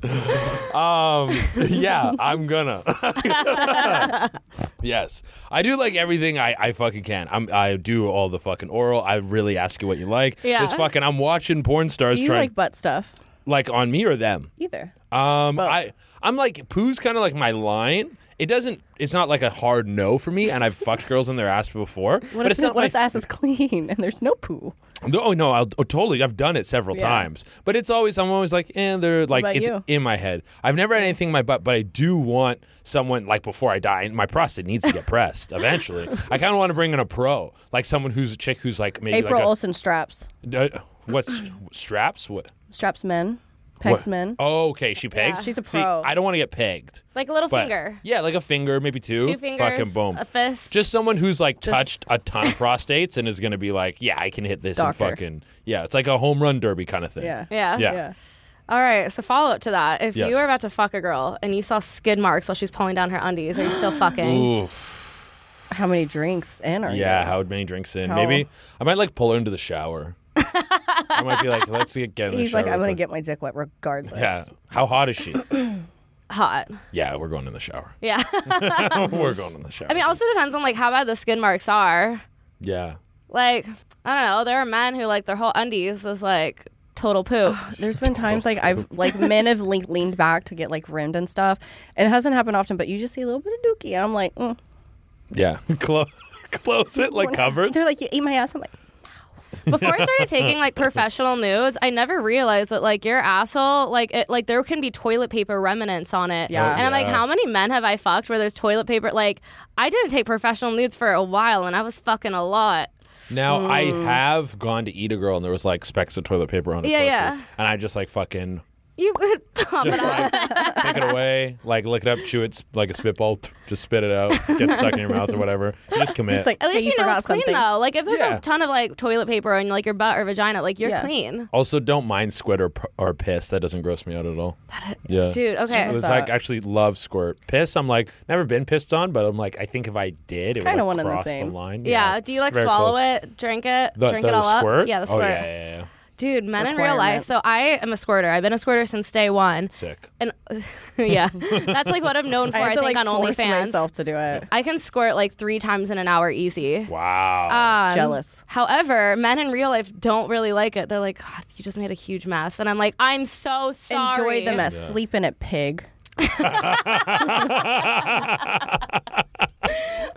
Um, yeah, I'm gonna. yes, I do like everything I, I fucking can. I'm I do all the fucking oral. I really ask you what you like. Yeah. This fucking I'm watching porn stars Do you trying like butt stuff? like on me or them. Either. Um, Both. I I'm like poo's kind of like my line. It doesn't. It's not like a hard no for me, and I've fucked girls in their ass before. What but if, it's the- not what my, if the ass is clean and there's no poo? No, Oh no! I'll, oh, totally. I've done it several Yeah. times, but it's always I'm always like, and eh, they're like about it's you? in my head. I've never had anything in my butt, but I do want someone like before I die. And my prostate needs to get pressed eventually. I kind of want to bring in a pro, like someone who's a chick who's like maybe April like Olsen straps. a, uh, what's straps what. Straps men. Pegs what- men. Oh, okay. She pegs. She's a See, pro. I don't want to get pegged. Like a little But- finger. Yeah, like a finger, maybe two. Two fingers. Fucking boom. A fist. Just someone who's like touched a ton of prostates and is going to be like, yeah, I can hit this Doctor. and fucking yeah. It's like a home run derby kind of thing. Yeah. Yeah. Yeah. Yeah. All right. So follow up to that. If Yes. you were about to fuck a girl and you saw skid marks while she's pulling down her undies, are you still fucking? Oof. How many drinks in are you? Yeah. How many drinks in? How- Maybe I might like pull her into the shower. I might be like, let's get get in the He's shower. like, I'm real gonna quick." get my dick wet regardless. Yeah. How hot is she? Hot. yeah, we're going in the shower. Yeah. we're going in the shower. I mean, it also depends on like how bad the skin marks are. yeah. Like, I don't know. There are men who like their whole undies is like total poop. There's been times like I've like men have le- leaned back to get like rimmed and stuff, and it hasn't happened often. But you just see a little bit of dookie, and I'm like, mm. Yeah. Close. Close it like covered. They're like, you eat my ass. I'm like, Before I started taking like professional nudes, I never realized that like your asshole, like it, like there can be toilet paper remnants on it. Yeah. And I'm like, Yeah. how many men have I fucked where there's toilet paper? Like, I didn't take professional nudes for a while, and I was fucking a lot. Now I have gone to eat a girl and there was like specks of toilet paper on her Hmm. Yeah, yeah. pussy, and I just like fucking You could pump it just up. like pick it away, like lick it up, chew it s- like a spitball, t- just spit it out, get stuck in your mouth or whatever. You just commit. it's like At hey, least you, know forgot it's clean something. though. Like if there's Yeah. a ton of like toilet paper on like your butt or vagina, like you're Yeah. clean. also, don't mind squid or, p- or piss. That doesn't gross me out at all. yeah, Dude, okay. It's I like thought- actually love squirt piss. I'm like never been pissed on, but I'm like I think if I did, it would kinda like, one and the cross the, same. line. Yeah. Do you like Very swallow close. it, drink it, The, drink the it all squirt? up? Yeah, the Oh squirt. yeah, yeah, yeah. Dude, men in real life. Requirement. So I am a squirter. I've been a squirter since day one. Sick. And yeah, that's like what I'm known for. I I, have to think on like force OnlyFans, myself to do it. I can squirt like three times in an hour easy. Wow. Um, Jealous. However, men in real life don't really like it. They're like, God, you just made a huge mess, and I'm like, I'm so sorry. Enjoy the mess. Sleep in it, pig.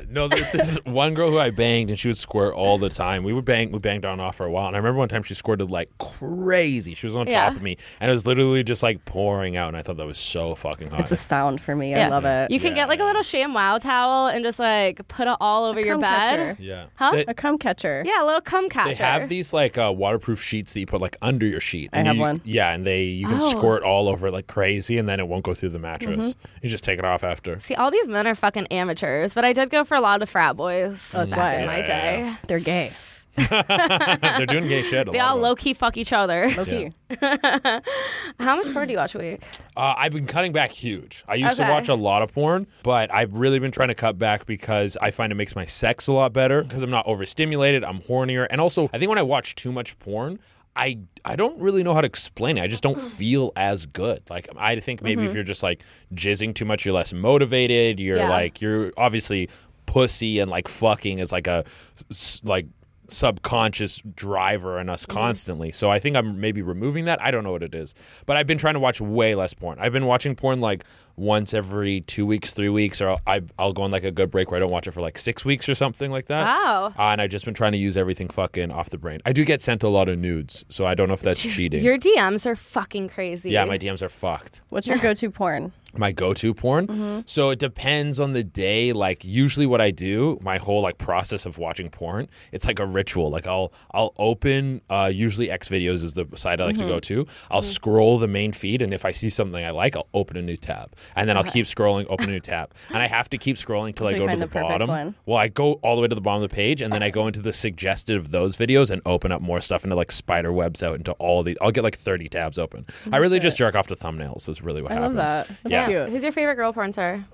No, there's this one girl who I banged, and she would squirt all the time. We would bang, we banged on and off for a while, and I remember one time she squirted like crazy. She was on Yeah. top of me, and it was literally just like pouring out, and I thought that was so fucking hot. It's a sound for me. Yeah. I love it. You can Yeah, get like a yeah. little sham wow towel and just like put it all over your cum bed. catcher. yeah, Huh? They, a cum catcher. Yeah, a little cum catcher. they have these like uh, waterproof sheets that you put like under your sheet. I and have you- one. Yeah, and they you can Oh. squirt all over it like crazy, and then it won't go through the mattress. Mm-hmm. You just take it off after. See, all these men are fucking amateurs, but I did go for a lot of frat boys That's back why. in my Yeah. day. They're gay. They're doing gay shit. a They lot all of them. low key fuck each other. Low key. How much porn do you watch a week? Uh, I've been cutting back huge. I used Okay. to watch a lot of porn, but I've really been trying to cut back because I find it makes my sex a lot better because I'm not overstimulated, I'm hornier, and also I think when I watch too much porn, I I don't really know how to explain it. I just Mm. don't feel as good. Like I think maybe if you're just like jizzing too much, you're less motivated. You're Mm-hmm. Yeah. like you're obviously pussy and like fucking is like a s- like subconscious driver in us constantly. So I think I'm maybe removing that. I don't know what it is. But I've been trying to watch way less porn. I've been watching porn like once every 2 weeks, 3 weeks or I'll, I I'll go on like a good break where I don't watch it for like 6 weeks or something like that. Wow. Uh, and I've just been trying to use everything fucking off the brain. I do get sent a lot of nudes, so I don't know if that's cheating. Your DMs are fucking crazy. yeah, my DMs are fucked What's your go-to porn? my go-to porn. Mm-hmm. So it depends on the day. Like usually what I do, my whole like process of watching porn, it's like a ritual. Like I'll I'll open uh usually X Mm-hmm. videos is the site I like to go to. I'll scroll the main feed and if I see something I like, I'll open a new tab. and then I'll keep scrolling, open a new tab, and I have to keep scrolling till I Until you go to find the, the perfect bottom. one. Well, I go all the way to the bottom of the page, and then I go into the suggested of those videos and open up more stuff into like spider webs out into all these. I'll get like thirty tabs open. I really just jerk off to thumbnails. Is really what I love happens. that. That's yeah, cute. Who's your favorite girl porn star?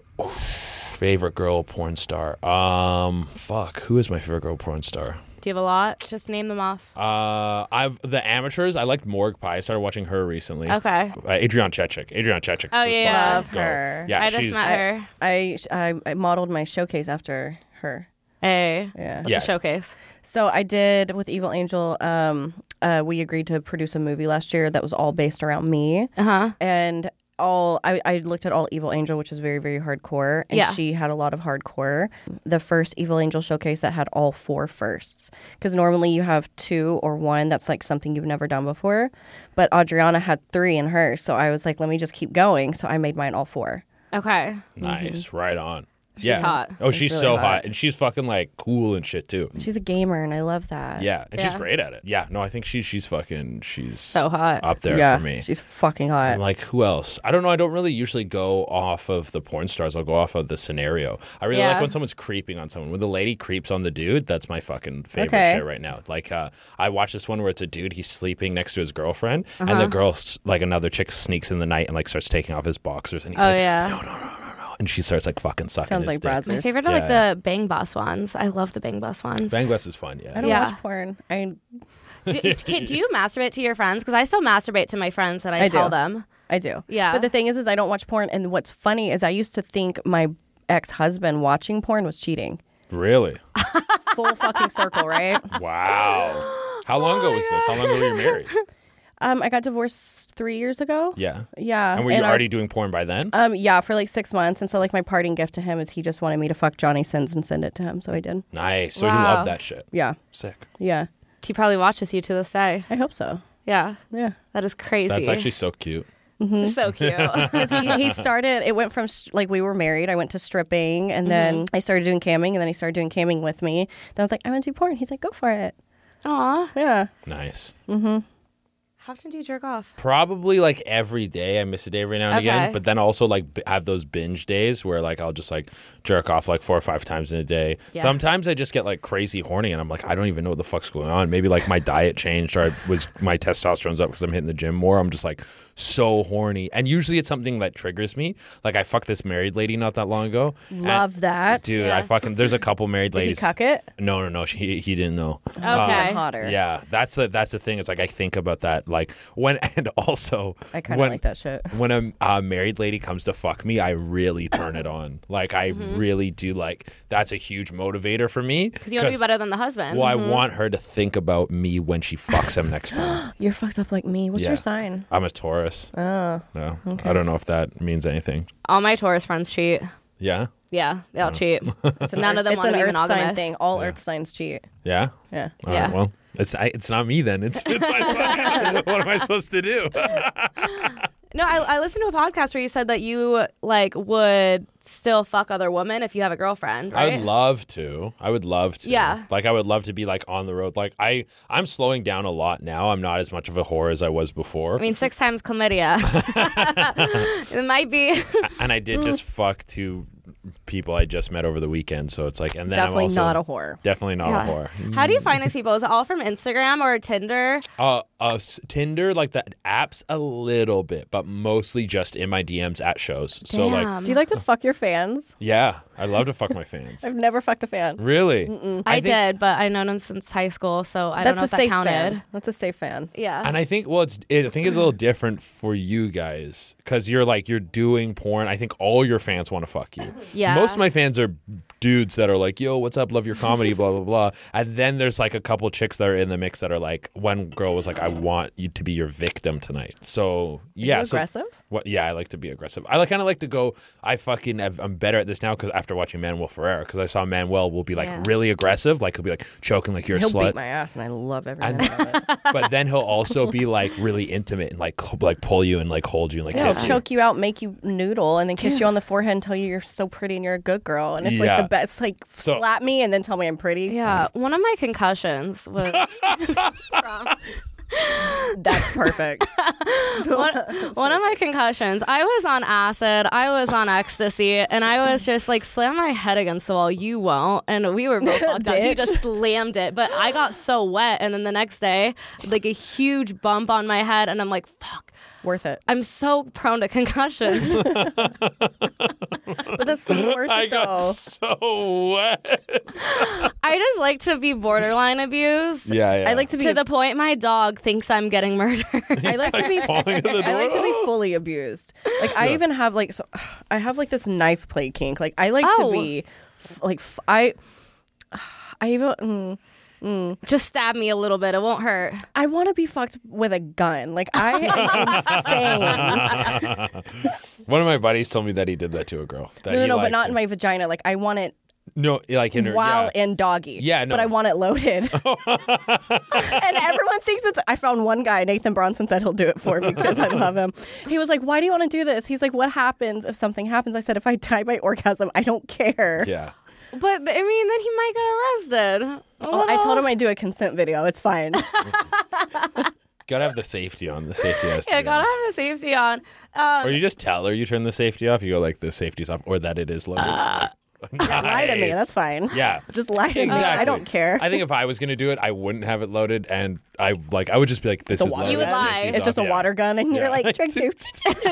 favorite girl porn star. Um, fuck, who is my favorite girl porn star? Do you have a lot? Just name them off. Uh, I've the amateurs. I liked Morg Pie. I started watching her recently. Okay. Uh, Adrian Chechik. Adrian Chechik. Oh, yeah, is a yeah. fucking Love goat. her. Yeah, I just she's, met her. I, I I modeled my showcase after her. Hey, Yeah. that's Yeah. a showcase. So I did with Evil Angel. Um, uh, we agreed to produce a movie last year that was all based around me, Uh huh. and all I, I looked at all Evil Angel, which is very very hardcore, and Yeah. she had a lot of hardcore. The first Evil Angel showcase that had all four firsts, because normally you have two or one that's like something you've never done before, but Adriana had three in hers, so I was like, let me just keep going. So I made mine all four. Okay. nice. Right on. yeah. hot. Oh, she's really so hot. hot. and she's fucking like cool and shit too. She's a gamer, and I love that. Yeah, and she's Yeah. great at it. Yeah, no, I think she's she's fucking she's So hot. up there yeah, for me. she's fucking hot. I'm like, who else? I don't know. I don't really usually go off of the porn stars. I'll go off of the scenario. I really Yeah. like when someone's creeping on someone. When the lady creeps on the dude, that's my fucking favorite Okay. shit right now. Like, uh, I watched this one where it's a dude, he's sleeping next to his girlfriend, and Uh-huh. the girl, s- like another chick, sneaks in the night and like starts taking off his boxers, and he's Oh like, yeah. and she starts like fucking sucking Sounds his like dick. Brad's. My favorite are like Yeah. the Bang Boss ones. I love the Bang Boss ones. Bang West is fun, I yeah. don't Yeah. watch porn. I do, can- do you masturbate to your friends? Because I still masturbate to my friends and I, I do. tell them. I do. Yeah. But the thing is, is I don't watch porn. And what's funny is I used to think my ex husband watching porn was cheating. Really? Full fucking circle, right? Wow. How long ago was this? How long ago were you married? Um, I got divorced three years ago. Yeah. Yeah. And were you our- already doing porn by then? um, yeah, for like six months. And so, like, my parting gift to him is he just wanted me to fuck Johnny Sins and send it to him. So I did. Nice. So you Wow. love that shit. Yeah. Sick. Yeah. He probably watches you to this day. I hope so. Yeah. Yeah. That is crazy. That's actually so cute. so cute. he, he started it went from s- like we were married i went to stripping and then i started doing camming and then he started doing camming with me then i was like i want to do porn he's like go for it Aw. yeah Nice. How often do you jerk off? Probably like every day. I miss a day every now and Okay. again. But then also like b- have those binge days where like I'll just like jerk off like four or five times in a day. Yeah. Sometimes I just get like crazy horny and I'm like, I don't even know what the fuck's going on. Maybe like my diet changed or I was my testosterone's up because I'm hitting the gym more. I'm just like so horny. And usually it's something that triggers me. Like I fucked this married lady not that long ago. And- love that Dude, I fucking there's a couple married Did he ladies. cuck it No, no, no. She, he didn't know. Okay. hotter Yeah, that's the that's the thing. It's like I think about that, like when and also I kind of when- like that shit. When a, a married lady comes to fuck me, I really turn it on. Like I really do. Like that's a huge motivator for me. Because you want to be better than the husband. Well, I want her to think about me when she fucks him next time. You're fucked up like me. What's Yeah. your sign? I'm a Taurus. Oh, no, I don't know if that means anything. All my Taurus friends cheat. Yeah, Yeah, they Oh. all cheat. None of them it's want to an be earth monogamous. sign thing. All earth signs cheat. yeah. Yeah. All right, Yeah. well, it's I, it's not me then. It's, it's my son. what am I supposed to do? No, I, I listened to a podcast where you said that you like would still fuck other women if you have a girlfriend. I Right? would love to. I would love to. Yeah. Like I would love to be like on the road. Like I I'm slowing down a lot now. I'm not as much of a whore as I was before. I mean, six times chlamydia. it might be. and I did mm. just fuck two people I just met over the weekend, so it's like and then Definitely I'm also not a whore. Definitely not Yeah. a whore. How do you find these people? Is it all from Instagram or Tinder? Uh, uh, s- Tinder, like the apps, a little bit, but mostly just in my DMs at shows. So like, Damn. Do you like to fuck your fans? yeah, I love to fuck my fans. I've never fucked a fan. Really, I, think- did, but I've known him since high school, so I don't That's know a if that safe counted. fan. That's a safe fan. Yeah. And I think well, it's it, I think it's a little different for you guys because you're like you're doing porn. I think all your fans want to fuck you. Yeah. Most of my fans are dudes that are like, "Yo, what's up? Love your comedy." blah blah blah. And then there's like a couple chicks that are in the mix that are like, one girl was like, "I want you to be your victim tonight." So yeah, you so- aggressive? What? Yeah, I like to be aggressive. I like, kind of like to go. I fucking have, I'm better at this now because after watching Manuel Ferrer, because I saw Manuel will be like Yeah. really aggressive, like he'll be like choking like you're He'll a slut beat my ass, and I love every minute of it. but then he'll also be like really intimate and like cl- like pull you and like hold you and like He'll kiss you. choke you out, make you noodle, and then kiss you on the forehead and tell you you're so pretty and you're a good girl. And it's Yeah. like the best. Like So- slap me and then tell me I'm pretty. yeah. One of my concussions was from That's perfect. one, one of my concussions, I was on acid, I was on ecstasy, and I was just like, slam my head against the wall, you won't. And we were both fucked up. He Bitch. just slammed it, but I got so wet. And then the next day, like a huge bump on my head, and I'm like, fuck, worth it. I'm so prone to concussions. But that's so worth I it got though. so wet. I just like to be borderline abused. Yeah, yeah. I like to be To the point my dog thinks I'm getting murdered. I like to be falling to the I like to be door. fully abused. Like I even have like so, I have like this knife play kink. Like I like Oh. to be f- like f- I I even mm, just stab me a little bit, it won't hurt. I want to be fucked with a gun. Like I am insane. One of my buddies told me that he did that to a girl. That No, no, he, no, like- but not in my vagina. Like I want it No, like in her. while yeah. in doggy. Yeah, no. But I want it loaded. and everyone thinks it's. I found one guy, Nathan Bronson, said he'll do it for me because I love him. He was like, "Why do you want to do this?" He's like, "What happens if something happens?" I said, "If I die by orgasm, I don't care." yeah. But I mean, then he might get arrested. Well, Oh, I told him I'd do a consent video. It's fine. Gotta have the safety on. The safety has to Yeah, be gotta on. have the safety on. Um, Or you just tell her you turn the safety off. You go like the safety's off, or that it is loaded. Lie to me. Nice. That's fine. Yeah. Just lie to me. Exactly. I don't care. I think if I was gonna do it, I wouldn't have it loaded, and I like I would just be like, "This The is water loaded. You would lie. safety's it's just a off." Yeah. water gun, and Yeah. you're like, trick you.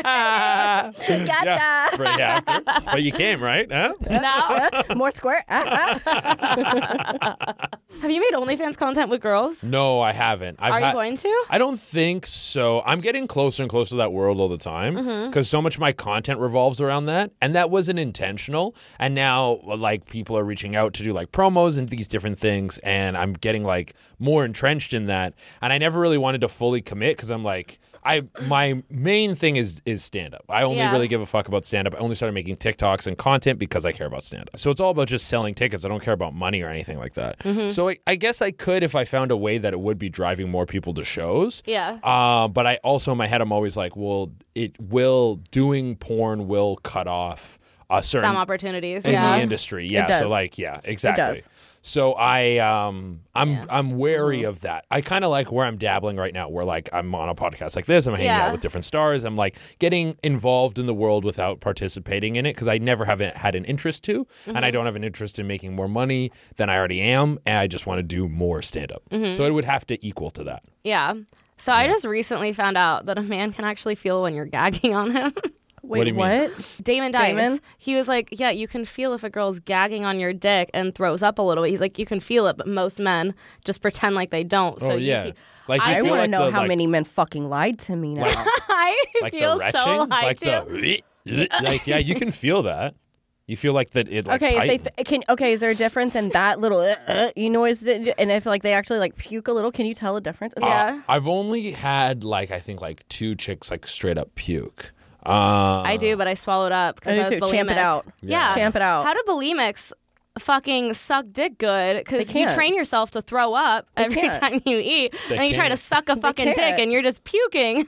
Ah. gotcha. Yeah, spray after. But you came right, huh? now, More squirt. Ah, ah. have you made OnlyFans content with girls? No, I haven't. I've Are you had- going to? I don't think so. I'm getting closer and closer to that world all the time because Mm-hmm. so much of my content revolves around that, and that wasn't intentional. And now, like, people are reaching out to do like promos and these different things, and I'm getting like more entrenched in that. And I never really wanted to fully commit because I'm like, I my main thing is is stand up. I only Yeah. really give a fuck about stand up. I only started making TikToks and content because I care about stand up. So it's all about just selling tickets. I don't care about money or anything like that. Mm-hmm. So I, I guess I could if I found a way that it would be driving more people to shows. Yeah. Uh, but I also in my head I'm always like, well, it will doing porn will cut off a certain Some opportunities. in yeah. the industry. Yeah. So does. like, yeah, exactly. does. Mm-hmm. So I um I'm I'm wary of that. I kind of like where I'm dabbling right now, where like I'm on a podcast like this, I'm hanging Yeah. out with different stars, I'm like getting involved in the world without participating in it because I never haven't had an interest to, Mm-hmm. and I don't have an interest in making more money than I already am, and I just want to do more stand up. Mm-hmm. So it would have to equal to that. yeah. So I just recently found out that a man can actually feel when you're gagging on him. Wait, do you mean? Damon Dice. Damon? He was like, "Yeah, you can feel if a girl's gagging on your dick and throws up a little bit." He's like, "You can feel it, but most men just pretend like they don't." So oh you yeah, keep- like I you I feel want to like know the, how like- many men fucking lied to me now. I like feel the retching, so lied like to. the like yeah, you can feel that. You feel like that it like okay, if they tightened. th- can okay, is there a difference in that little uh, uh, you noise? that- And if like they actually like puke a little, can you tell a difference? Ah. Is that- Yeah. Uh, I've only had like I think like two chicks like straight up puke. Uh, I do, but I swallowed up because I I, do was too. bulimic. Champ it out. Yeah. Champ it out. How do bulimics fucking suck dick good? Because Oh. They you can't. train yourself to throw up every can't. time you eat, They and you try to can't. suck a fucking dick, can't. and you're just puking.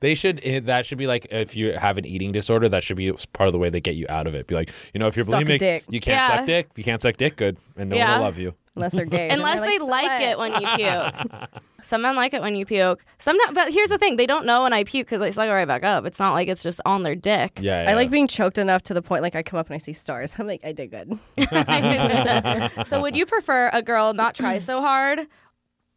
They should eh, that should be like if you have an eating disorder that should be part of the way they get you out of it. Be like you know if you're Suck a bulimic dick. you can't Yeah. suck dick you can't suck dick good and no Yeah. one will love you. Unless they're gay. Then Unless they're they like "Slut." it when you puke. Some men like it when you puke. Some, not, but here's the thing: they don't know when I puke because I suck it right back up. It's not like it's just on their dick. Yeah, I like being choked enough to the point like I come up and I see stars. I'm like, I did good. so, would you prefer a girl not try so hard,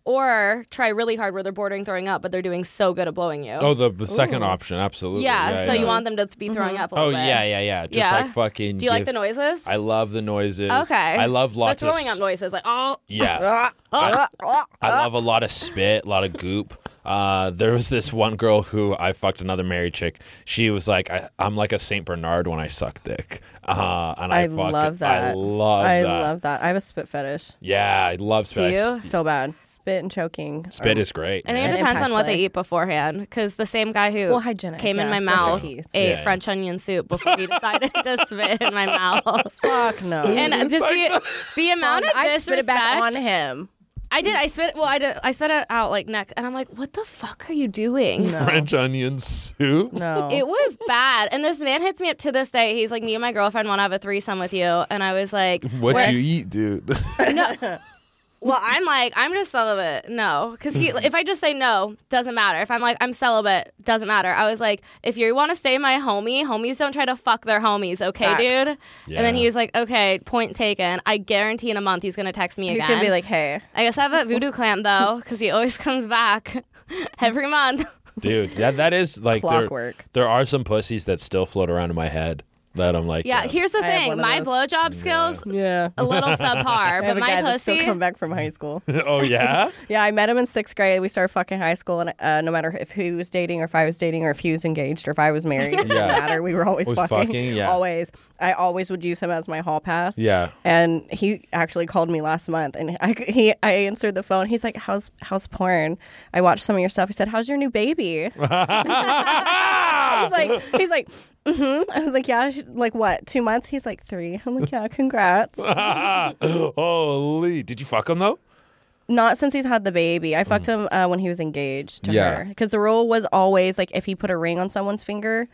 or try really hard where they're bordering throwing up, but they're doing so good at blowing you? oh the, the second option absolutely Yeah, so you want them to th- be throwing Mm-hmm. up a oh little bit. yeah yeah yeah just Yeah. like fucking Do you like give- the noises? I love the noises okay. I love lots the throwing of up noises, like oh. yeah Uh, I, I love a lot of spit, a lot of goop. Uh, there was this one girl who I fucked another married chick. She was like, I, "I'm like a Saint Bernard when I suck dick," uh, and I, I fucking- love that. I love I that. love that. I have a spit fetish. yeah, I love spit. you? So bad. Spit and choking. Spit are- is great. I think man. it And depends on impact what they play. eat beforehand, because the same guy who Well, hygienic, came in yeah. my Brush your mouth teeth. ate Yeah, yeah. French onion soup before he decided to spit in my mouth. Fuck no. And just the, the amount of I spit disrespect. it back on him. I did. I spit. Well, I did. I spit it out like neck, and I'm like, "What the fuck are you doing?" French onion soup. No. It was bad. And this man hits me up to this day. He's like, "Me and my girlfriend want to have a threesome with you," and I was like, What "We're- you eat, dude? Well, I'm like, I'm just celibate. No, because he, if I just say no, doesn't matter. If I'm like, I'm celibate, doesn't matter. I was like, if you want to stay my homie, homies don't try to fuck their homies, okay, Facts. dude? And then Yeah. he was like, okay, point taken. I guarantee in a month he's gonna text me He's again. gonna be like, hey, I guess I have a voodoo clamp though, because he always comes back every month. dude. That that is like there- Clockwork. There, are some pussies that still float around in my head that I'm like, Yeah, uh, here's the I have thing: one of my those. blowjob skills yeah. a little subpar, I have but a guy my that's still pussy. come back from high school. oh yeah, Yeah, I met him in sixth grade. We started fucking high school, and uh, no matter if he was dating or if I was dating or if he was engaged or if I was married, it didn't Yeah. matter. We were always Was fucking. fucking, yeah. Always. I always would use him as my hall pass. yeah. And he actually called me last month, and I he I answered the phone. He's like, "How's how's porn? I watched some of your stuff." He said, "How's your new baby?" he's like, he's like, mm-hmm. I was like, "Yeah, she- like what? Two months?" He's like, three. I'm like, "Yeah, congrats." Holy! Did you fuck him though? Not since he's had the baby. I fucked him uh, when he was engaged to Mm-hmm. Yeah. her. Because the rule was always like if he put a ring on someone's finger,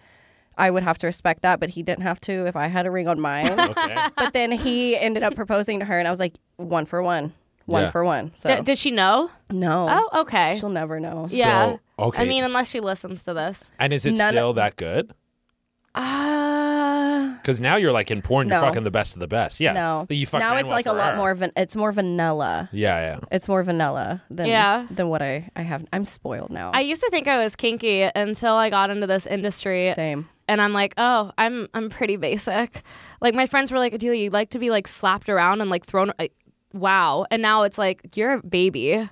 I would have to respect that, but he didn't have to if I had a ring on mine. Okay. but then he ended up proposing to her, and I was like, one for one, one Yeah. for one. So D- did she know? no, Oh, okay. she'll never know. yeah. okay. I mean, unless she listens to this. and is it none- still that good? Ah, Because now you're like in porn, you're No. fucking the best of the best. Yeah. no. You fuck now it's Manuel like a lot Ferrer. more. Van- it's more vanilla. Yeah, It's more vanilla than Yeah. than what I I have. I'm spoiled now. I used to think I was kinky until I got into this industry, Same. and I'm like, oh, I'm I'm pretty basic. Like my friends were like, Adelia, you like to be like slapped around and like thrown. I- wow. And now it's like you're a baby.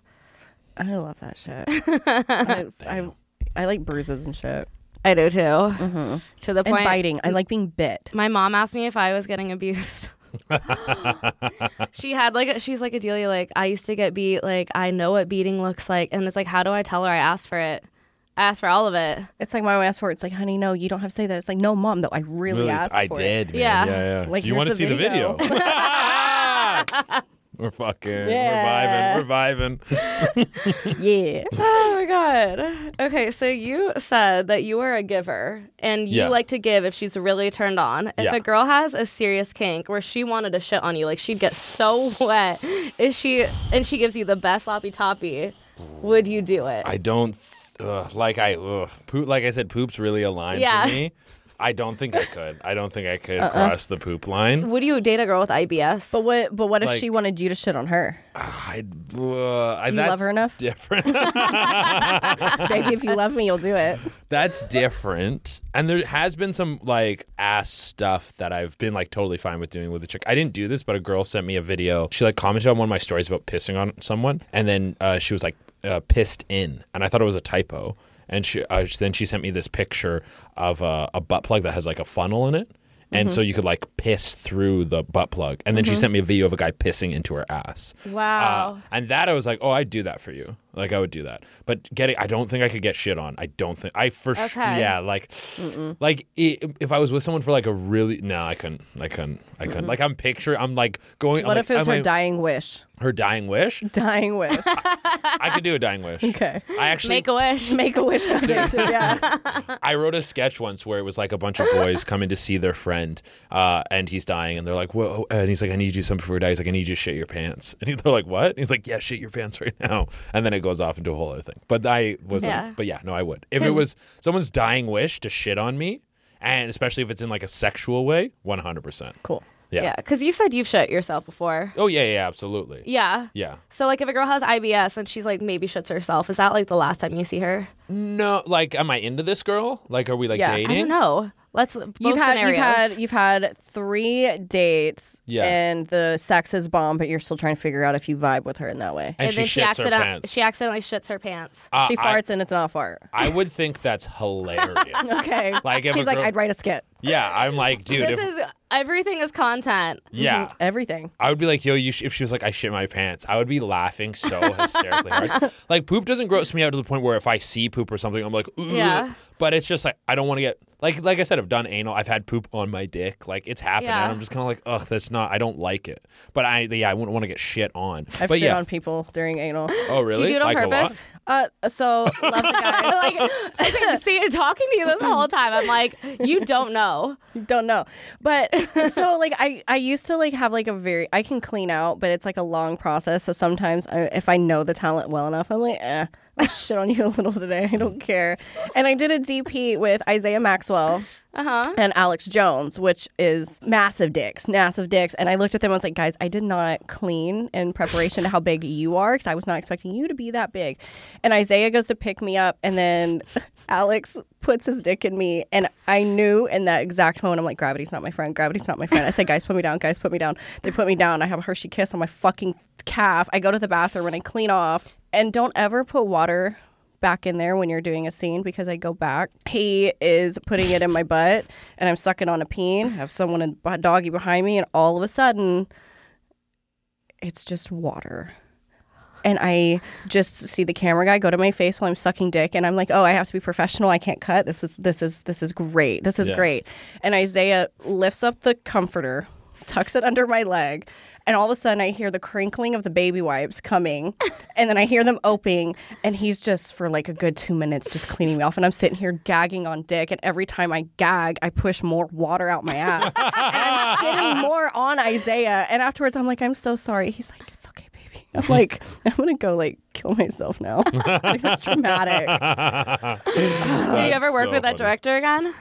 I love that shit. I, I, I like bruises and shit. I do too. To the Mm-hmm. And point. biting. I like being bit. My mom asked me if I was getting abused. she had like a, she's like Adelia like I used to get beat like I know what beating looks like and it's like how do I tell her I asked for it I asked for all of it It's like my mom asked for it. It's like, honey, no, you don't have to say that. It's like, no, mom, though, I yeah. really, asked I for it. did. man. Yeah. Yeah, yeah. Like, Do you here's want to the see video. the video? We're fucking. Yeah. We're vibing. We're vibing. Yeah. oh my god okay so you said that you are a giver and you Yeah. like to give if she's really turned on if Yeah. a girl has a serious kink where she wanted to shit on you like she'd get so wet is she and she gives you the best sloppy toppy would you do it I don't ugh, like I ugh, poop. Like I said, poop's really a line Yeah. for me. I don't think I could. I don't think I could Uh-uh. cross the poop line. would you date a girl with IBS But what? But what if Like- she wanted you to shit on her? I, uh, I, Do you love that's her enough? Different. Baby, if you love me, you'll do it. that's different. And there has been some like ass stuff that I've been like totally fine with doing with a chick. I didn't do this, but a girl sent me a video. She like commented on one of my stories about pissing on someone, and then uh, she was like uh, pissed in, and I thought it was a typo. And she uh, then she sent me this picture of uh, a butt plug that has like a funnel in it. And so you could like piss through the butt plug. And then she sent me a video of a guy pissing into her ass. Wow. Uh, and that I was like, oh, I'd do that for you. Like I would do that. But getting, I don't think I could get shit on. I don't think I for sure. Okay. Yeah, like, like i if I was with someone for like a really, no, I couldn't. I couldn't. I couldn't. Like I'm picturing. I'm like going. I'm What like, if it was am her I- dying wish? her dying wish? Dying wish. I could do a dying wish. Okay. I actually make a wish Make a wish foundation. Yeah. I wrote a sketch once where it was like a bunch of boys coming to see their friend, uh, and he's dying, and they're like, "Whoa!" And he's like, "I need you to do something before he dies." He's like, "I need you to shit your pants," and he- they're like, "What?" And he's like, "Yeah, shit your pants right now." And then it goes off into a whole other thing. But I was, Yeah. like, but yeah, no, I would if it was someone's dying wish to shit on me, and especially if it's in like a sexual way, one hundred percent. Cool. Yeah. Yeah, because you said you've shut yourself before. Oh yeah, yeah, absolutely. Yeah. Yeah. So like, if a girl has IBS and she's like maybe shuts herself, is that like the last time you see her? No, like, am I into this girl? Like, are we like Yeah, I dating? I don't know. Let's both You've had scenarios. you've had you've had three dates. Yeah. And the sex is bomb, but you're still trying to figure out if you vibe with her in that way. And, she then shits she her accident- pants. she accidentally shits her pants. Uh, she I- farts and it's not a fart. I would think that's hilarious. Okay. Like if He's a like, girl- I'd write a skit. Yeah, I'm like, dude. This If, is everything is content. yeah, Everything. I would be like, yo, you sh-, if she was like, I shit my pants, I would be laughing so hysterically hard. Like poop doesn't gross me out to the point where if I see poop or something, I'm like, Ugh. Yeah. But it's just like I don't want to get like like I said, I've done anal. I've had poop on my dick. Like it's happened. Yeah. And I'm just kind of like, ugh, that's not. I don't like it. But I yeah, I wouldn't want to get shit on. I've but shit yeah. on people during anal. oh really? Do you do it on Like a lot? purpose? Uh, so love the guy. like, okay, see, talking to you this whole time, I'm like, you don't know. Don't know, but so like I I used to like have like a very I can clean out, but it's like a long process. So sometimes I, if I know the talent well enough, I'm like, eh, I'll shit on you a little today. I don't care. And I did a DP with Isaiah Maxwell. Uh huh. and Alex Jones, which is massive dicks, massive dicks. And I looked at them and was like, guys, I did not clean in preparation to how big you are because I was not expecting you to be that big. And Isaiah goes to pick me up, and then Alex puts his dick in me. And I knew in that exact moment, I'm like, gravity's not my friend, gravity's not my friend. I said, guys, put me down, guys, put me down. They put me down. I have a Hershey kiss on my fucking calf. I go to the bathroom and I clean off. And don't ever put water back in there when you're doing a scene because I go back. He is putting it in my butt and I'm sucking on a peen. I have someone in a doggy behind me and all of a sudden it's just water. And I just see the camera guy go to my face while I'm sucking dick and I'm like, "Oh, I have to be professional. I can't cut. This is this is this is great. This is Yeah. great." And Isaiah lifts up the comforter, tucks it under my leg, and all of a sudden I hear the crinkling of the baby wipes coming, and then I hear them opening, and he's just for like a good two minutes just cleaning me off, and I'm sitting here gagging on dick, and every time I gag, I push more water out my ass, and I'm shitting more on Isaiah, and afterwards I'm like, I'm so sorry. He's like, it's okay, baby. I'm like, I'm gonna go like kill myself now. like, that's traumatic. Did you ever That's work so with that funny. director again?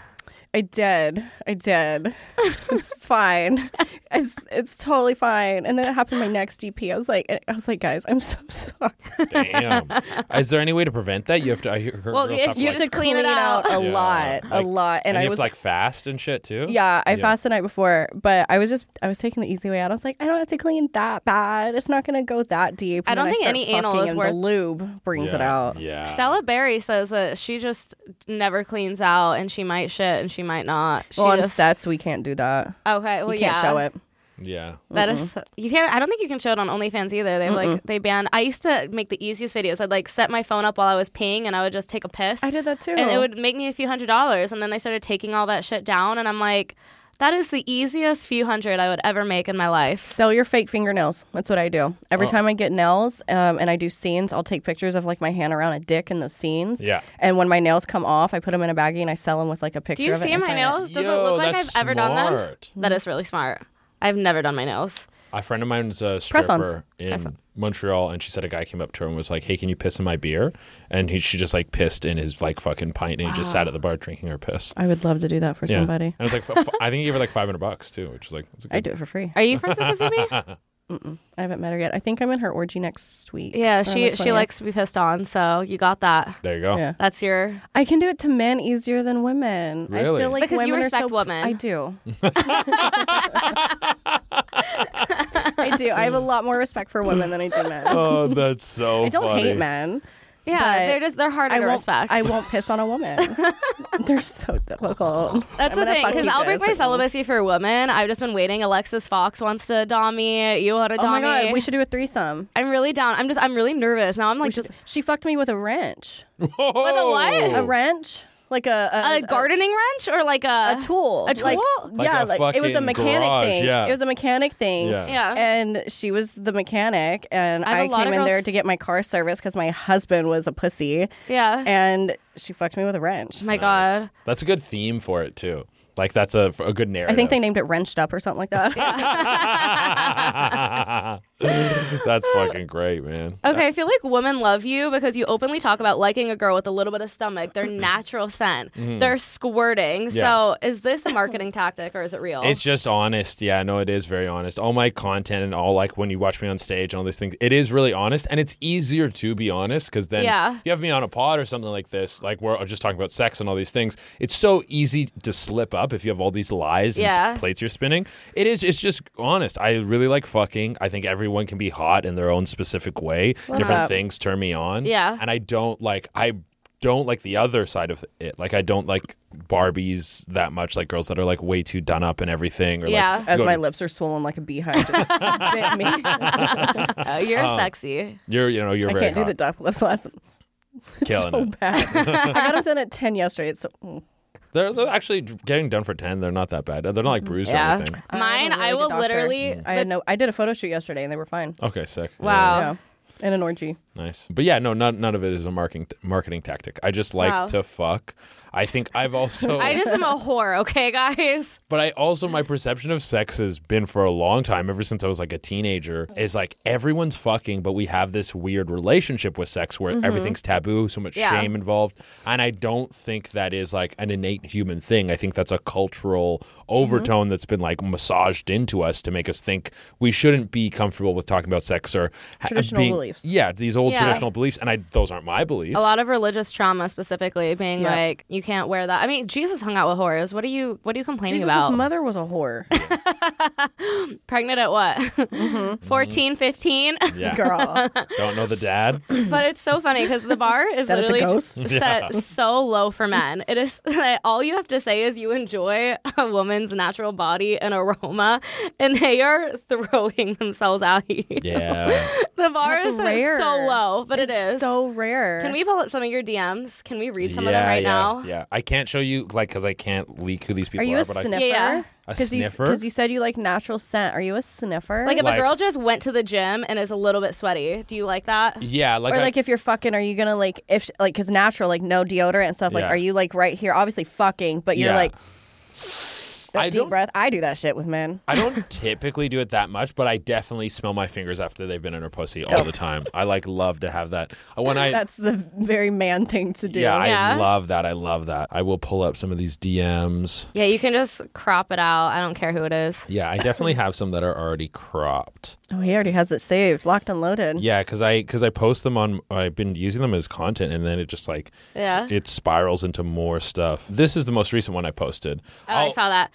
I did. I did. It's fine. It's it's totally fine. And then it happened my next DP. I was like I was like, guys, I'm so sorry. Damn. Is there any way to prevent that? You have to. I hear Well, girls if have you like, have to clean it out. a Yeah, lot. a like- lot. And, you I have was to, like fast and shit too. Yeah, I Yeah. fasted the night before, but I was just I was taking the easy way out. I was like, I don't have to clean that bad. It's not gonna go that deep. I And then don't think start any anal fucking is and worth- the lube brings it Yeah. out. Yeah. Stella Barry says that she just never cleans out, and she might shit, and she might not. She Well, on just- sets we can't do that. Okay, well, we can't yeah, show it. Yeah. That is you can't. I don't think you can show it on OnlyFans either. They like they ban. I used to make the easiest videos. I'd like set my phone up while I was peeing, and I would just take a piss. I did that too. and it would make me a few hundred dollars. And then they started taking all that shit down, and I'm like, that is the easiest few hundred I would ever make in my life. Sell your fake fingernails. That's what I do. Oh. Every time I get nails um, and I do scenes, I'll take pictures of like my hand around a dick in those scenes. Yeah. And when my nails come off, I put them in a baggie and I sell them with like a picture. Do you of it see and I my sign it. nails? Does Yo, it look like I've that's ever done them? smart. That is really smart. I've never done my nails. A friend of mine's a Press-ons. stripper in Montreal, and she said a guy came up to her and was like, "Hey, can you piss in my beer?" And he, she just like pissed in his like fucking pint, and he just sat at the bar drinking her piss. I would love to do that for Yeah, somebody. and it's like f- f- I think he gave her like five hundred bucks too, which is like that's a good, I do it for free. Are you friends with Kazumi? I haven't met her yet. I think I'm in her orgy next week. yeah, on she the she 20th. likes to be pissed on, so you got that. There you go. Yeah. That's your I can do it to men easier than women. I Really? feel like Because you women are respect so, women. I do. I do. I have a lot more respect for women than I do men. Oh, that's so. I don't hate men. yeah. But they're just they're harder I to won't, respect. I won't piss on a woman. They're so difficult. That's I'm the gonna thing, fuck because you I'll break guys. my celibacy for women. I've just been waiting. Alexis Fox wants to dom me. You want to Oh dom my me? god, we should do a threesome. I'm really down. I'm just. I'm really nervous now. I'm We like should- just she fucked me with a wrench. what? Oh. A wrench? Like a a, a gardening wrench or like uh, a, Oh a tool. A tool? Like, Like yeah, a like it was a fucking mechanic garage, thing. yeah. It was a mechanic thing. Yeah. Yeah. And she was the mechanic and I have I, a lot came of in there girls- to get my car serviced because my husband was a pussy. yeah. And she fucked me with a wrench. oh my god. That's a good theme for it too. Like that's a, a good narrative. I think they named it wrenched up or something like that. That's fucking great, man. Okay, I feel like women love you because you openly talk about liking a girl with a little bit of stomach, their natural scent, their squirting. Yeah. So, is this a marketing tactic or is it real? It's just honest. Yeah, no, it is very honest. All my content and all like when you watch me on stage and all these things, it is really honest, and it's easier to be honest because then Yeah. if you have me on a pod or something like this, like we're just talking about sex and all these things. It's so easy to slip up if you have all these lies and s- Yeah. plates you're spinning. It is. It's just honest. I really like fucking. I think everyone can be hot in their own specific way. Different that. things turn me on. Yeah. and I don't like I don't like the other side of it. Like I don't like Barbies that much. Like girls that are like way too done up and everything. Or Yeah. like, As go- my lips are swollen like a beehive. Just bit me. Oh, you're sexy. You're you know you're I very can't do the hot. Oh, duck lips last killing so it. bad. I got them done at ten yesterday. It's so, mm. They're, they're actually getting done for ten. They're not that bad. They're not like bruised or Yeah. anything. I have a Mine, really I good will doctor. literally. I had no. I did a photo shoot yesterday and they were fine. Okay, sick. Wow. Yeah, and an orgy. Nice. But yeah, no, none, none of it is a marketing marketing tactic. I just like Wow. to fuck. I think I've also I just am a whore, okay, guys? but I also my perception of sex has been for a long time ever since I was like a teenager is like everyone's fucking but we have this weird relationship with sex where everything's taboo, so much Mm-hmm. Yeah. shame involved. And I don't think that is like an innate human thing. I think that's a cultural overtone that's been like massaged into us to make us think we shouldn't be comfortable with talking about sex or ha- uh, Traditional being- beliefs. Yeah, these old Yeah. traditional beliefs and I those aren't my beliefs. A lot of religious trauma, specifically, being Yeah. like, you can't wear that. I mean, Jesus hung out with whores. What are you? What are you complaining Jesus' about? mother was a whore, Pregnant at what? Mm-hmm. 14, 15? yeah. girl. Don't know the dad. but it's so funny because the bar is That it's a literally ghost? j- set so low for men. It is like, all you have to say is you enjoy a woman's natural body and aroma, and they are throwing themselves out. the Yeah. bar That's is set rare. so low, but it's so rare. Can we pull up some of your DMs? Can we read some of them right yeah, now? Yeah, I can't show you like because I can't leak who these people Are are. you a but I- sniffer? Yeah. A Because you, sniffer? 'cause you said you like natural scent. Are you a sniffer? Like if Like- a girl just went to the gym and is a little bit sweaty, do you like that? yeah, like, or I- like if you're fucking, are you gonna like if like because natural like no deodorant and stuff like Yeah. are you like right here obviously fucking but you're Yeah. like that I deep don't- breath I do that shit with men I don't typically do it that much, but I definitely smell my fingers after they've been in her pussy Oh. all the time. I like love to have that. Uh, When I that's the very man thing to do yeah, Yeah. I love that. I love that. I will pull up some of these DMs. Yeah, you can just crop it out. I don't care who it is. Yeah, I definitely have some that are already cropped. oh he already has it saved locked and loaded Yeah, because I because I post them on. I've been using them as content, and then it just like Yeah. it spirals into more stuff. This is the most recent one I posted. Oh, I I'll- saw that.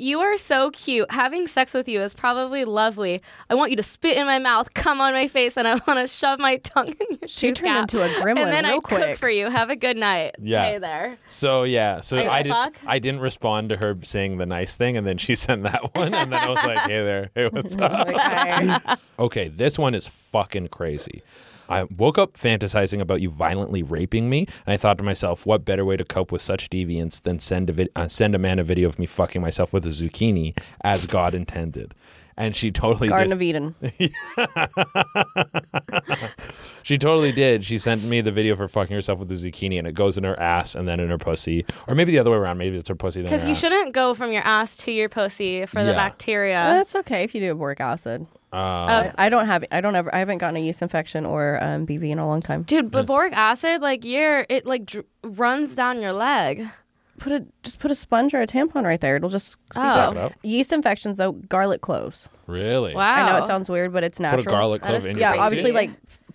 You are so cute. Having sex with you is probably lovely. I want you to spit in my mouth, come on my face, and I want to shove my tongue in your She shoe turned gap. into a gremlin And then real I quick. cook for you. Have a good night. Yeah. Hey there. So yeah, so you I a did. fuck? I didn't respond to her saying the nice thing, and then she sent that one, and then I was like, "Hey there, hey, what's up?" Like, I- Okay, this one is fucking crazy. I woke up fantasizing about you violently raping me, and I thought to myself, what better way to cope with such deviance than send a vid- uh, send a man a video of me fucking myself with a zucchini, as God intended. And she totally Garden did. of Eden She totally did. She sent me the video for fucking herself with a zucchini, and it goes in her ass and then in her pussy, or maybe the other way around. Maybe it's her pussy. then Because her you ass. shouldn't go from your ass to your pussy for the Yeah. bacteria. that's okay if you do boric acid Uh, I I don't have I don't ever I haven't gotten a yeast infection or um, BV in a long time Dude, but boric acid, like, you're, it, like, dr- runs down your leg. put a just put a sponge or a tampon right there it'll just Ah. Suck it up. yeast infections though garlic cloves Really? Wow. I know it sounds weird but it's natural Put a garlic That clove is in your Oh. yeah crazy. pussy? obviously like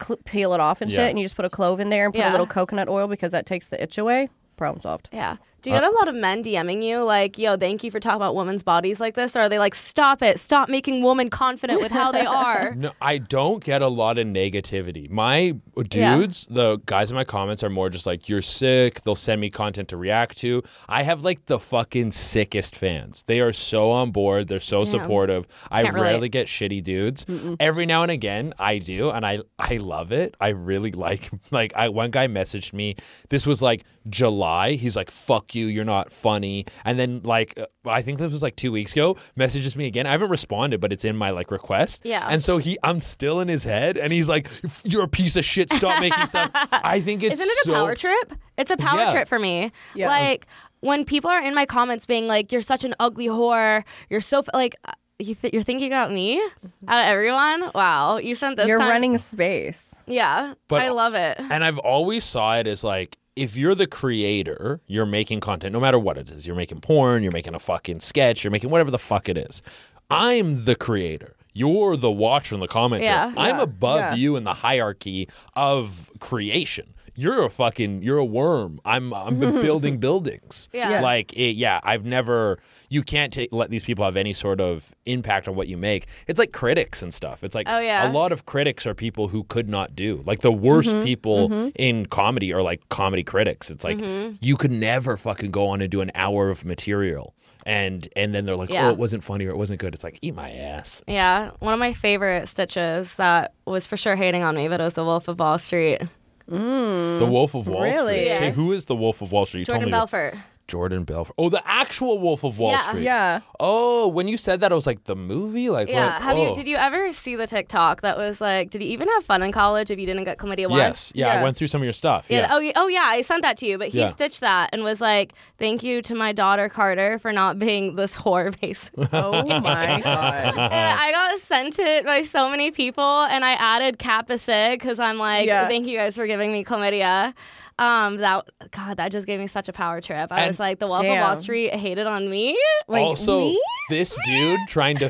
cl- peel it off and Yeah. shit and you just put a clove in there and put Yeah. a little coconut oil because that takes the itch away problem solved Yeah. Do Uh, you get a lot of men DMing you like, yo, thank you for talking about women's bodies like this? Or are they like, stop it, stop making women confident with how they are? No, I don't get a lot of negativity. My Yeah. dudes, the guys in my comments are more just like, you're sick. They'll send me content to react to. I have like the fucking sickest fans. They are so on board. They're so supportive. I Can't relate. rarely get shitty dudes. Every now and again, I do. And I, I love it. I really like, like, I, one guy messaged me. This was like July. He's like, fuck you. You're not funny. And then, like, uh, I think this was like two weeks ago, messages me again. I haven't responded, but it's in my like request. Yeah. And so he, I'm still in his head, and he's like, "You're a piece of shit. Stop making stuff." I think it's Isn't it a so- power trip? It's a power Yeah. trip for me. Yeah. Like when people are in my comments being like, "You're such an ugly whore. You're so f-, like." uh, You th- you're thinking about me out of everyone? Wow, you sent this. Mm-hmm. you're time- running space Yeah, But- I love it. And I've always saw it as like, if you're the creator, you're making content, no matter what it is. You're making porn. You're making a fucking sketch. You're making whatever the fuck it is. I'm the creator. You're the watcher and the commenter. Yeah. I'm above Yeah. you in the hierarchy of creation. You're a fucking you're a worm. I'm I'm building buildings. Yeah. Yeah. Like it, yeah, I've never you can't ta- let these people have any sort of impact on what you make. It's like critics and stuff. It's like Oh, yeah. a lot of critics are people who could not do. Like the worst Mm-hmm, people in comedy are like comedy critics. It's like Mm-hmm. you could never fucking go on and do an hour of material. And and then they're like, Yeah. "Oh, it wasn't funny or it wasn't good." It's like, "Eat my ass." Yeah, one of my favorite stitches that was for sure hating on me, but it was the Wolf of Wall Street. The Wolf of Wall really? Street. Okay, Mm. Yeah. who is the Wolf of Wall Street? You told Jordan me- Belfort. Jordan Belfort. Oh, the actual Wolf of Wall Yeah. Street. Yeah. Oh, when you said that, I was like, the movie? Like, Yeah. what? Have Oh. you? Did you ever see the TikTok that was like? Did you even have fun in college if you didn't get chlamydia once? Yes. Yeah, I Yeah. went through some of your stuff. Yeah. Yeah. Oh, yeah, oh, yeah. I sent that to you, but he Yeah. stitched that and was like, "Thank you to my daughter Carter for not being this whore." Basically, Oh my god. and I got sent it by so many people, and I added Capacig because I'm like, Yeah. "Thank you guys for giving me chlamydia." Um, that God, that just gave me such a power trip. I And- was like, "The Wolf of Damn. Wall Street hated on me." Like, also, me? this dude trying to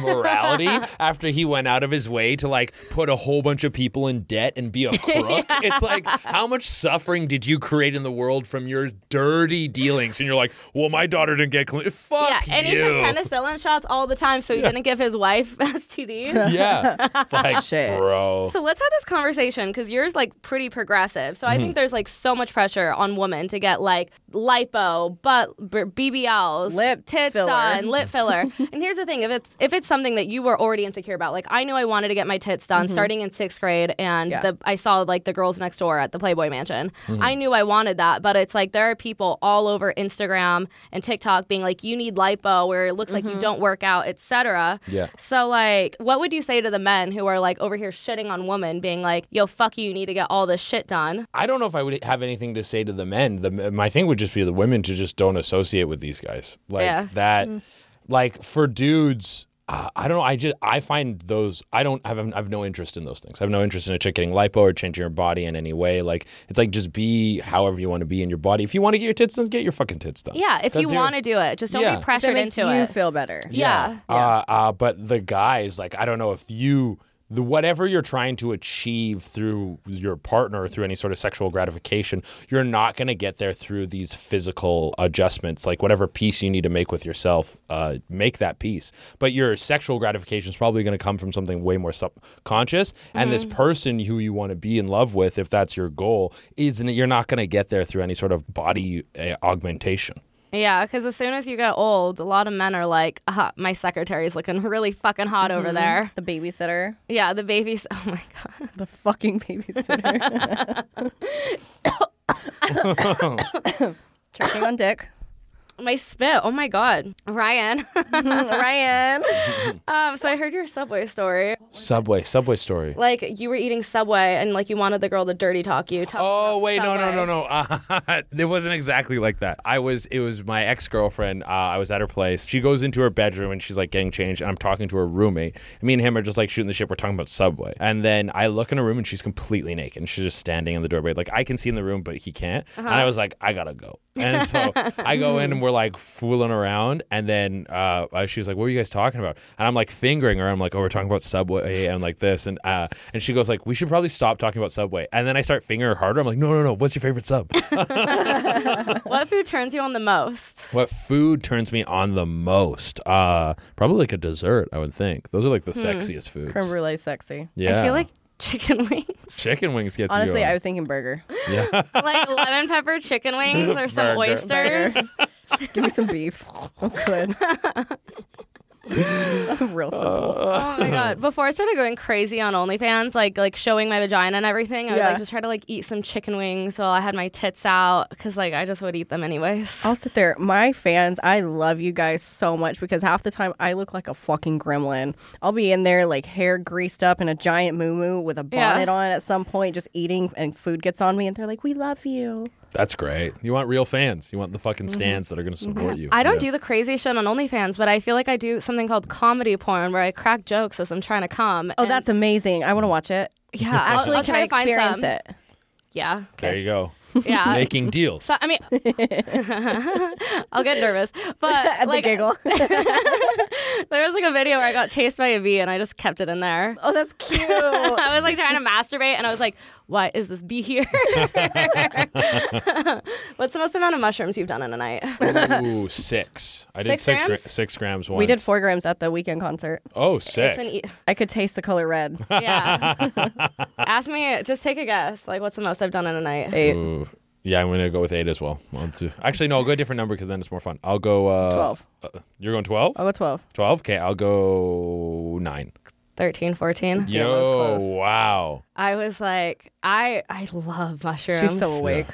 morality after he went out of his way to like put a whole bunch of people in debt and be a crook. It's like, how much suffering did you create in the world from your dirty dealings? And you're like, well, my daughter didn't get clean. Fuck yeah, and he you. took penicillin shots all the time, so he didn't give his wife STDs. yeah, it's like, Shit. bro. So let's have this conversation because yours like pretty progressive. So I Mm-hmm. think there's like so much pressure on women to get like lipo, butt b- BBLs, Lip tits filler. done, lip filler. and here's the thing: if it's if it's something that you were already insecure about, like I knew I wanted to get my tits done starting in sixth grade, and Yeah. the I saw like the girls next door at the Playboy Mansion. I knew I wanted that, but it's like there are people all over Instagram and TikTok being like, "You need lipo," where it looks like you don't work out, etc. Yeah. So like, what would you say to the men who are like over here shitting on women, being like, "Yo, fuck you, you need to get all this shit done." I don't know if I would have anything to say to the men. The, my thing would just be the women to just don't associate with these guys. Like Yeah. Mm. that, like for dudes, uh, I don't know. I just I find those I don't have I've no interest in those things. I have no interest in a chick getting lipo or changing your body in any way. Like it's like just be however you want to be in your body. If you want to get your tits done, get your fucking tits done. Yeah, if That's you your- want to do it, just don't Yeah. be that pressured makes into you it. feel better. yeah. Uh, uh, but the guys, like, I don't know if you, the, whatever you're trying to achieve through your partner, through any sort of sexual gratification, you're not going to get there through these physical adjustments. Like, whatever piece you need to make with yourself, uh, make that piece. But your sexual gratification is probably going to come from something way more subconscious. And this person who you want to be in love with, if that's your goal, isn't it? You're not going to get there through any sort of body uh, augmentation. Yeah, because as soon as you get old, a lot of men are like, uh, "My secretary's looking really fucking hot over there." The babysitter. Yeah, the baby's. Oh my god. The fucking babysitter. Checking on dick. My spit. Oh my god. Ryan. Ryan. um. So I heard your subway story. Subway, subway story. Like you were eating subway and like you wanted the girl to dirty talk you. Tell me Oh about wait, no, no, Subway. no, no. Uh, it wasn't exactly like that. I was. It was my ex girlfriend. Uh, I was at her place. She goes into her bedroom and she's like getting changed, and I'm talking to her roommate. And me and him are just like shooting the shit. We're talking about Subway, and then I look in her room and she's completely naked. And she's just standing in the doorway. Like I can see in the room, but he can't. And Uh-huh. I was like, I gotta go. And so I go in and we're like fooling around, and then uh, uh, she was like, "What were you guys talking about?" And I'm like fingering her. I'm like, "Oh, we're talking about Subway and like this," and uh, and she goes like, "We should probably stop talking about Subway." And then I start fingering her harder. I'm like, "No, no, no! What's your favorite sub?" What food turns you on the most? what food turns me on the most? Uh, probably like a dessert. I would think those are like the sexiest foods. Creme brulee sexy. Yeah, Hmm. I feel like chicken wings, chicken wings gets Honestly, you. I was thinking burger. yeah. like lemon pepper chicken wings or some Burger. oysters. Give me some beef. I'm good. Real simple. Oh my god! Before I started going crazy on OnlyFans, like like showing my vagina and everything, I would Yeah. like just try to like eat some chicken wings while I had my tits out because like I just would eat them anyways. I'll sit there. My fans, I love you guys so much because half the time I look like a fucking gremlin. I'll be in there like hair greased up and a giant moo with a Yeah. bonnet on at some point, just eating, and food gets on me, and they're like, "We love you." That's great. You want real fans. You want the fucking stands that are going to support you. Mm-hmm. I don't Yeah. do the crazy shit on OnlyFans, but I feel like I do something called comedy porn where I crack jokes as I'm trying to come. Oh, and- that's amazing. I want to watch it. yeah. I'll- Actually, I'll can try I to find experience some. it? Yeah, There you go. yeah. Making deals. So I mean, I'll get nervous, but At like the giggle. there was like a video where I got chased by a bee and I just kept it in there. oh, that's cute. I was like trying to masturbate and I was like, why is this bee here? What's the most amount of mushrooms you've done in a night? Ooh, six. I did Six six grams? gra- six grams once. we did four grams at the weekend concert. Oh, sick. It's an e- I could taste the color red. yeah. Ask me, just take a guess. Like, what's the most I've done in a night? Eight. Ooh. Yeah, I'm gonna go with eight as well. One, two. Actually, no, I'll go a different number because then it's more fun. I'll go uh, 12. oh, Oh. Uh, you're going twelve. I'll go 12. Twelve. Okay, I'll go nine. 13, 14. Yo, wow. I was like, I I love mushrooms. She's so awake.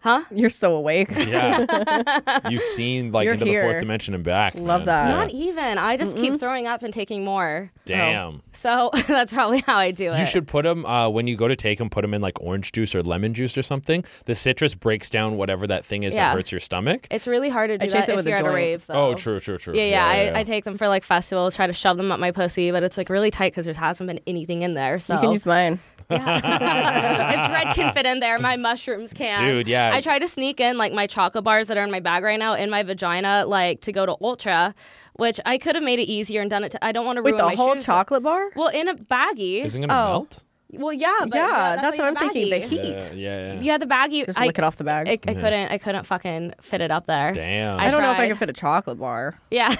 Huh? You're so awake. Yeah. You've seen like You're into the here. fourth dimension and back. Love man. that. Yeah. Not e- even. I just keep throwing up and taking more. Damn. So that's probably how I do it. You should put them uh, when you go to take them. Put them in like orange juice or lemon juice or something. The citrus breaks down whatever that thing is Yeah. that hurts your stomach. It's really hard to do chase that it if with a you're at a joint. rave, though. Oh, true, true, true. Yeah, yeah. I, I take them for like festivals, try to shove them up my pussy, but it's like really tight because there hasn't been anything in there. So You can use mine. yeah. if dread can fit in there, my mushrooms can. Dude, yeah. I try to sneak in like my chocolate bars that are in my bag right now in my vagina, like to go to Ultra, which I could have made it easier and done it. To, I don't want to Wait, ruin the my whole shoes. chocolate bar? Well, in a baggie. Isn't it gonna melt? well, yeah, but yeah, well, that's, why what you I'm have thinking. The baggie. heat. Yeah, yeah. yeah. Yeah, the baggie. Just I, lick it off the bag. I, I couldn't. I couldn't fucking fit it up there. Damn. I don't know if I tried. can fit a chocolate bar. Yeah.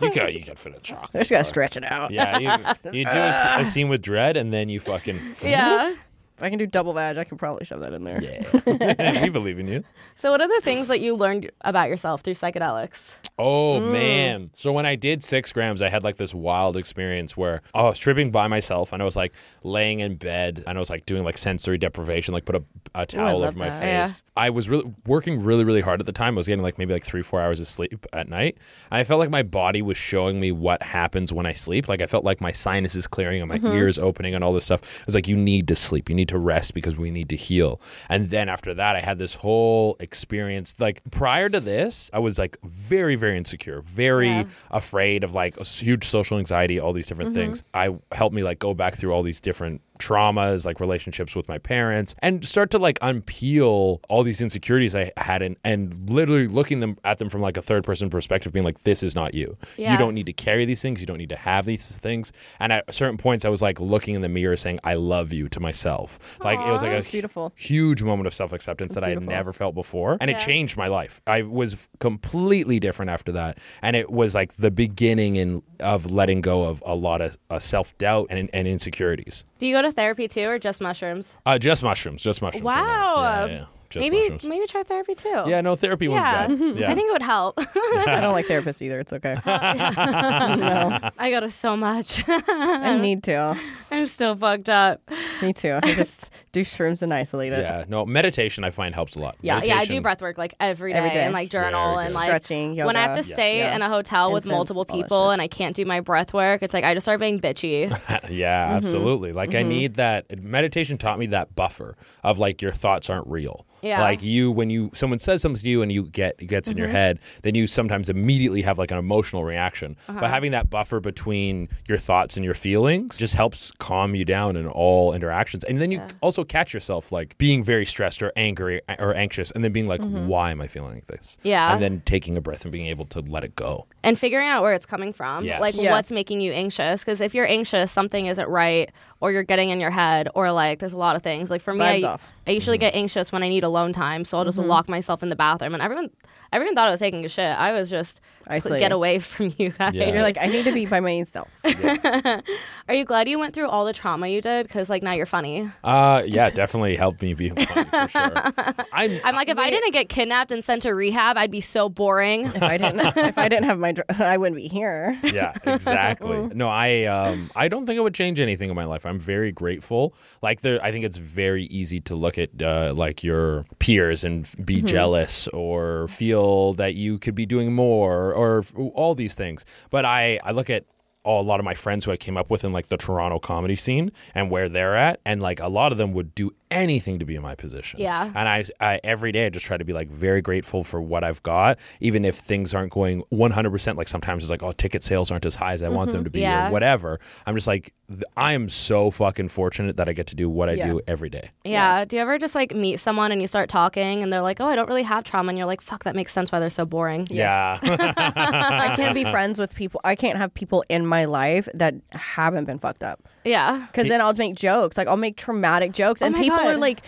you got you got fit a chocolate. I just gotta bar. stretch it out. Yeah, you, you do a, s- a scene with dread, and then you fucking yeah. If I can do double vag, I can probably shove that in there. yeah. we believe in you. So, what are the things that you learned about yourself through psychedelics? Oh Mm. man! So when I did six grams, I had like this wild experience where oh, I was tripping by myself, and I was like laying in bed, and I was like doing like sensory deprivation, like put a, a towel love over my that. Yeah. face. I was really working really really hard at the time. I was getting like maybe like three four hours of sleep at night, and I felt like my body was showing me what happens when I sleep. Like I felt like my sinuses clearing and my Mm-hmm. ears opening and all this stuff. It was like you need to sleep, you need to rest because we need to heal. And then after that, I had this whole experience. Like prior to this, I was like very very insecure, very Yeah. afraid of like a s- huge social anxiety, all these different Mm-hmm. things. I helped me like go back through all these different traumas, like relationships with my parents, and start to like unpeel all these insecurities I had, and and literally looking them at them from like a third person perspective, being like, "This is not you. Yeah. You don't need to carry these things. You don't need to have these things." And at certain points, I was like looking in the mirror, saying, "I love you" to myself. Like it was like a That's beautiful. huge moment of self acceptance that I had never felt before. And Yeah. it changed my life. I was f- completely different after that. And it was like the beginning in, of letting go of a lot of uh, self doubt and, and insecurities. Do you go to therapy too, or just mushrooms? Uh, just mushrooms. Just mushrooms. for now. Wow. Yeah, yeah, yeah. Just maybe mushrooms. maybe try therapy too. yeah, no, therapy Yeah. Mm-hmm. wouldn't be bad. Yeah. I think it would help. I don't like therapists either. It's okay. no, I go to so much. I need to. I'm still fucked up. Me too. I just do shrooms and isolate it. yeah, no, meditation I find helps a lot. Yeah, Yeah. I do Meditation- breath work like every day, Every day. and like journal Very and good. like Stretching, When I have yoga. to Yes. stay Yeah. in a hotel with Incense, multiple all that people shit. and I can't do my breath work, it's like I just start being bitchy. yeah, Mm-hmm. absolutely. Like I need that meditation taught me that buffer of like your thoughts aren't real. Yeah. Mm-hmm. Like you when you someone says something to you and you get it gets in your head, then you sometimes immediately have like an emotional reaction. Uh-huh. But having that buffer between your thoughts and your feelings just helps calm you down in all interactions. And then you also catch yourself like being very stressed or angry or anxious and then being like why am I feeling like this? Mm-hmm. Yeah. And then taking a breath and being able to let it go. and figuring out where it's coming from Yes. like Yeah. what's making you anxious because if you're anxious something isn't right or you're getting in your head or like there's a lot of things like for me Vibes I, off. Mm-hmm. I Mm-hmm. usually get anxious when i need alone time so i'll just lock myself in the bathroom and everyone everyone thought i was taking a shit i was just Isolating. get away from you guys Yeah. You're like, I need to be by myself. are you glad you went through all the trauma you did because like now you're funny Uh yeah, definitely helped me be funny for sure. I'm, i'm like if i didn't get kidnapped and sent to rehab i'd be so boring if I didn't, if I didn't have my, dr- I wouldn't be here. yeah exactly no i um i don't think i would change anything in my life i'm very grateful like there i think it's very easy to look at uh, like your peers and f- be jealous or feel that you could be doing more or f- all these things but i i look at all, a lot of my friends who I came up with in like the Toronto comedy scene and where they're at, and like a lot of them would do anything to be in my position. Yeah. And I, I every day I just try to be like very grateful for what I've got, even if things aren't going 100%. Like sometimes it's like, oh, ticket sales aren't as high as I want them to be Mm-hmm. Yeah. or whatever. I'm just like, th- I am so fucking fortunate that I get to do what I Yeah. do every day. Yeah. Do you ever just like meet someone and you start talking and they're like, oh, I don't really have trauma? And you're like, fuck, that makes sense why they're so boring. Yeah. I can't be friends with people. I can't have people in my life that haven't been fucked up. Yeah. Because then I'll make jokes. Like I'll make traumatic jokes, and Oh my people God. are like,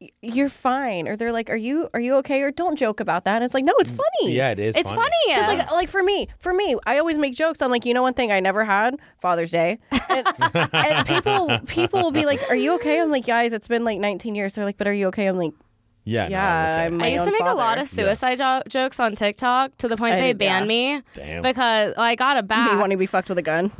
"Y- "You're fine," or they're like, "Are you are you okay?" Or don't joke about that. And it's like, no, it's funny. Mm, yeah, it is. It's funny. It's like like for me, for me, I always make jokes. I'm like, you know, one thing I never had Father's Day, and, and people people will be like, "Are you okay?" I'm like, guys, it's been like 19 years. They're like, "But are you okay?" I'm like, Yeah. no, Yeah, okay. I'm- my I used own to make a father. lot of suicide jo- jokes on TikTok to the point I they did, banned me Damn. because well, I got a You Ah. back. want to be fucked with a gun?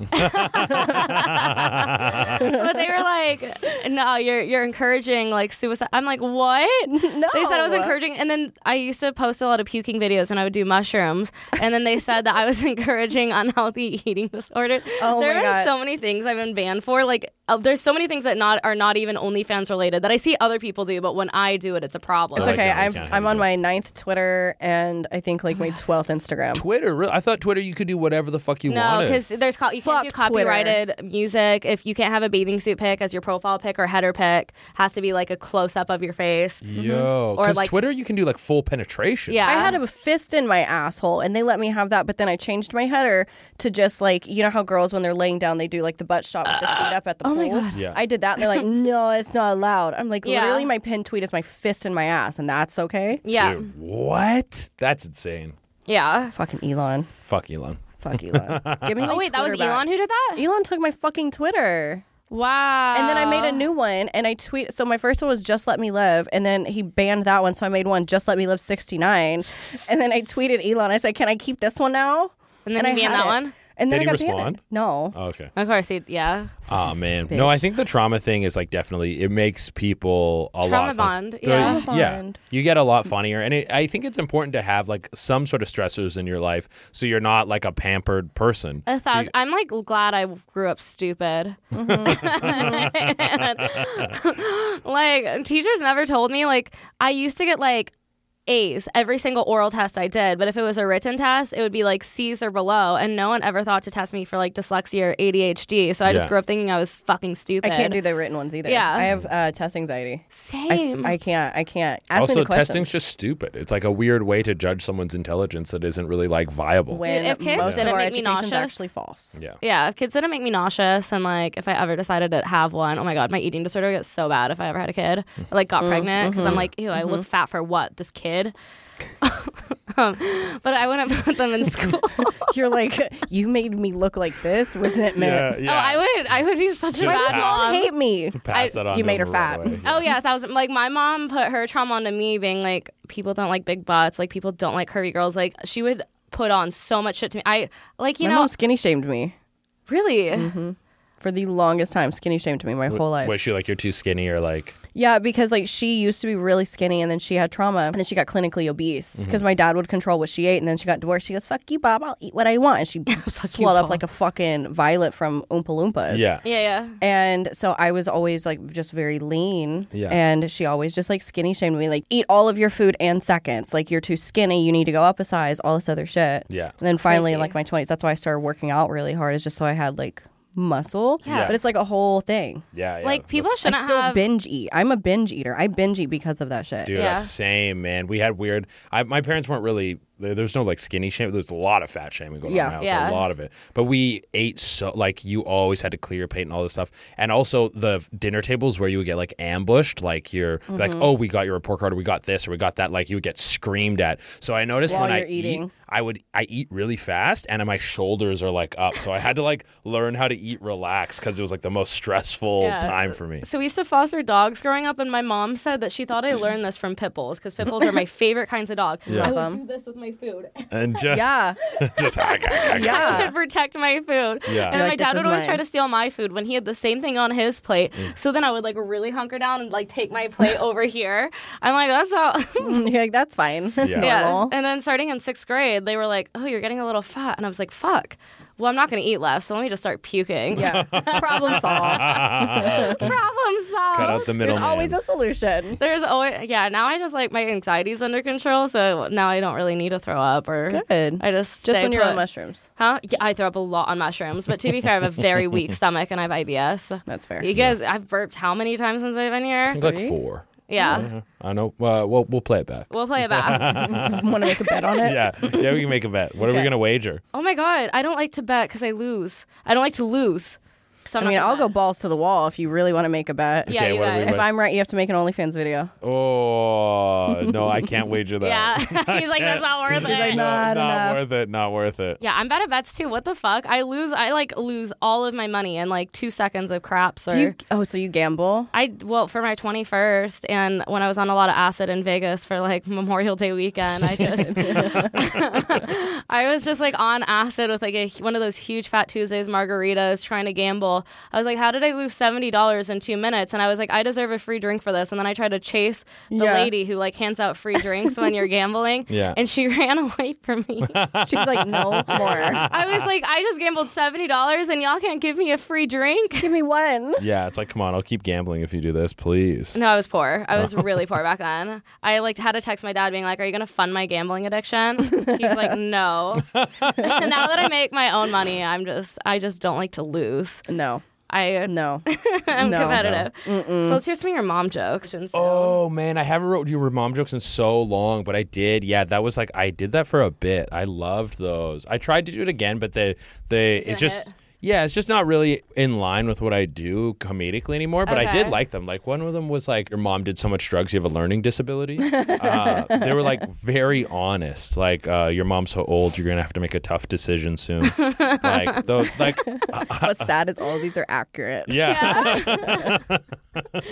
but they were like, "No, you're you're encouraging like suicide." I'm like, "What?" No. They said I was encouraging, and then I used to post a lot of puking videos when I would do mushrooms, and then they said that I was encouraging unhealthy eating disorder. Oh there my are God. so many things I've been banned for. Like, uh, there's so many things that not are not even OnlyFans related that I see other people do, but when I do it, it's a problem. It's It's like, okay. no, we I'm can't I'm handle on it. my ninth Twitter and I think like my twelfth Instagram. Twitter. Really? I thought Twitter you could do whatever the fuck you No, wanted. because there's co- you Fuck can't do copyrighted music if you can't have a bathing suit pic as your profile pic or header pic. Has to be like a close up of your face. yo, mm-hmm. Or, because like- Twitter you can do like full penetration. Yeah, I had a fist in my asshole and they let me have that, but then I changed my header to just like you know how girls when they're laying down they do like the butt shot with the feet up at the oh my pole. God. Yeah. I did that and they're like, no, it's not allowed. I'm like, Yeah. literally, my pin tweet is my fist in my ass, and that's okay. yeah, Dude, what? That's insane. yeah. Fucking Elon. Fuck Elon. Fuck Elon. Give me my Oh wait, that was Twitter back. Elon who did that. Elon took my fucking Twitter. Wow. And then I made a new one and I tweet. So my first one was Just Let Me Live. And then he banned that one. So I made one Just Let Me Live 69. And then I tweeted Elon. I said, Can I keep this one now? And then I he banned had that it. one. And then Did I he got banned. respond? No. Oh, okay. Of course, he yeah. Oh man. No, I think the trauma thing is like definitely it makes people a lot Trauma fun- bond, They're- yeah. Trauma yeah. bond. You get a lot funnier and it, I think it's important to have like some sort of stressors in your life so you're not like a pampered person. A thousand. I'm like glad I grew up stupid. Mm-hmm. like teachers never told me. Like I used to get like A's every single oral test I did, but if it was a written test, it would be like C's or below, and no one ever thought to test me for like dyslexia or ADHD. So I Yeah. just grew up thinking I was fucking stupid. I can't do the written ones either. Yeah. I have uh, test anxiety. I, Same. I can't. I can't. Ask me also the questions. testing's just stupid. It's like a weird way to judge someone's intelligence that isn't really like viable. when if kids most didn't of our make me education's nauseous- actually false. yeah. yeah, if kids didn't make me nauseous, and like if I ever decided to have one, oh my god, my eating disorder gets so bad if I ever had a kid. I like got pregnant because I'm like, ew, I look fat for what? This kid. um, but I wouldn't put them in school. You're like, you made me look like this. Resentment. Yeah, Oh, I would, I would be such a Just bad pass. mom. Hate me. I- Pass that on you to made her them right fat. away. Oh yeah, a thousand. Like my mom put her trauma onto me, being like, people don't like big butts, like people don't like curvy girls. Like she would put on so much shit to me. I like you My know mom skinny shamed me really. for the longest time. Skinny shamed me my whole life. Was she like you're too skinny or like Yeah, because like she used to be really skinny and then she had trauma and then she got clinically obese Mm-hmm. because my dad would control what she ate and then she got divorced. She goes, "Fuck you, Bob. I'll eat what I want." And she swelled up like a fucking violet from Oompa Loompas. Yeah. Yeah, yeah. And so I was always like just very lean. Yeah. And she always just like skinny shamed me, like, eat all of your food and seconds. Like, you're too skinny. You need to go up a size, all this other shit. Yeah. And then finally, in Crazy. like my 20s, that's why I started working out really hard, is just so I had like muscle. Yeah. But it's like a whole thing. Yeah, yeah. like people I shouldn't still have. binge eat. I'm a binge eater. I binge eat because of that shit. Dude, Yeah. same man. We had weird. I, my parents weren't really. there- There's no like skinny shaming. There's a lot of fat shaming going Yeah. on in my house. Yeah. A lot of it. But we ate so like you always had to clear your plate and all this stuff. And also the dinner tables where you would get like ambushed. Like you're like, Mm-hmm. oh, we got your report card. Or we got this or we got that. Like you would get screamed at. So I noticed While when I you're eating. eat, I would I eat really fast and my shoulders are like up. So I had to like learn how to eat relaxed because it was like the most stressful Yeah. time for me. So we used to foster dogs growing up, and my mom said that she thought I learned this from pit bulls because pit bulls are my favorite kinds of dog. I would Um, do this with my food. And just Yeah. just Yeah. I would protect my food. Yeah. And You're my like, dad would "This always is mine." Mm. try to steal my food when he had the same thing on his plate. So then I would like really hunker down and like take my plate over here. I'm like, that's all. Mm, You're like, that's fine. That's Yeah. Yeah. normal. And then starting in sixth grade, they were like, oh, you're getting a little fat. And I was like, fuck. Well, I'm not going to eat less, so let me just start puking. Yeah. Problem solved. Problem solved. Cut out the middle. There's always a solution. There's always yeah. Now I just like my anxiety's under control, so now I don't really need to throw up or Good. I just Just stay when you're on put. mushrooms. Huh? Yeah, I throw up a lot on mushrooms, but to be fair, I have a very weak stomach and I have IBS. That's fair. You guys, I've burped how many times since I've been here? like four. Yeah, I know. Uh, we'll we'll play it back. we'll play it back. Want to make a bet on it? Yeah, yeah. We can make a bet. What are we Okay. gonna wager? oh my god, I don't like to bet because I lose. I don't like to lose. So I'm I mean, not gonna I'll go bet. balls to the wall if you really want to make a bet. Yeah, Okay, you what do we guys. win? If I'm right, you have to make an OnlyFans video. Oh no, I can't wager that. Yeah, he's like that's not worth it. No, Not enough. worth it. Not worth it. Yeah, I'm bad at bets too. What the fuck? I lose. I like lose all of my money in like two seconds of craps. Or Do you? Oh, so you gamble? I well for my 21st and when I was on a lot of acid in Vegas for like Memorial Day weekend, I just I was just like on acid with like a, one of those huge Fat Tuesdays margaritas trying to gamble. I was like, how did I lose seventy dollars in two minutes? And I was like, I deserve a free drink for this. And then I tried to chase the Yeah. lady who like hands out free drinks when you're gambling, Yeah. and she ran away from me. She's like, no more. I was like, I just gambled seventy dollars and y'all can't give me a free drink. Give me one. Yeah, it's like, come on, I'll keep gambling if you do this, please. No, I was poor. I was really poor back then. I like had to text my dad being like, "Are you gonna fund my gambling addiction?" He's like, "No." now that I make my own money, I'm just I just don't like to lose. No, I no. I'm no. competitive. So let's hear some of your mom jokes. And so- Oh man, I haven't wrote your mom jokes in so long, but I did. Yeah, that was like I did that for a bit. I loved those. I tried to do it again, but the the it it's just hit? yeah, it's just not really in line with what I do comedically anymore. But I did Okay. like them. Like one of them was like your mom did so much drugs, you have a learning disability. uh, they were like very honest. Like uh, your mom's so old, you're gonna have to make a tough decision soon. like those like What's sad is all these are accurate. yeah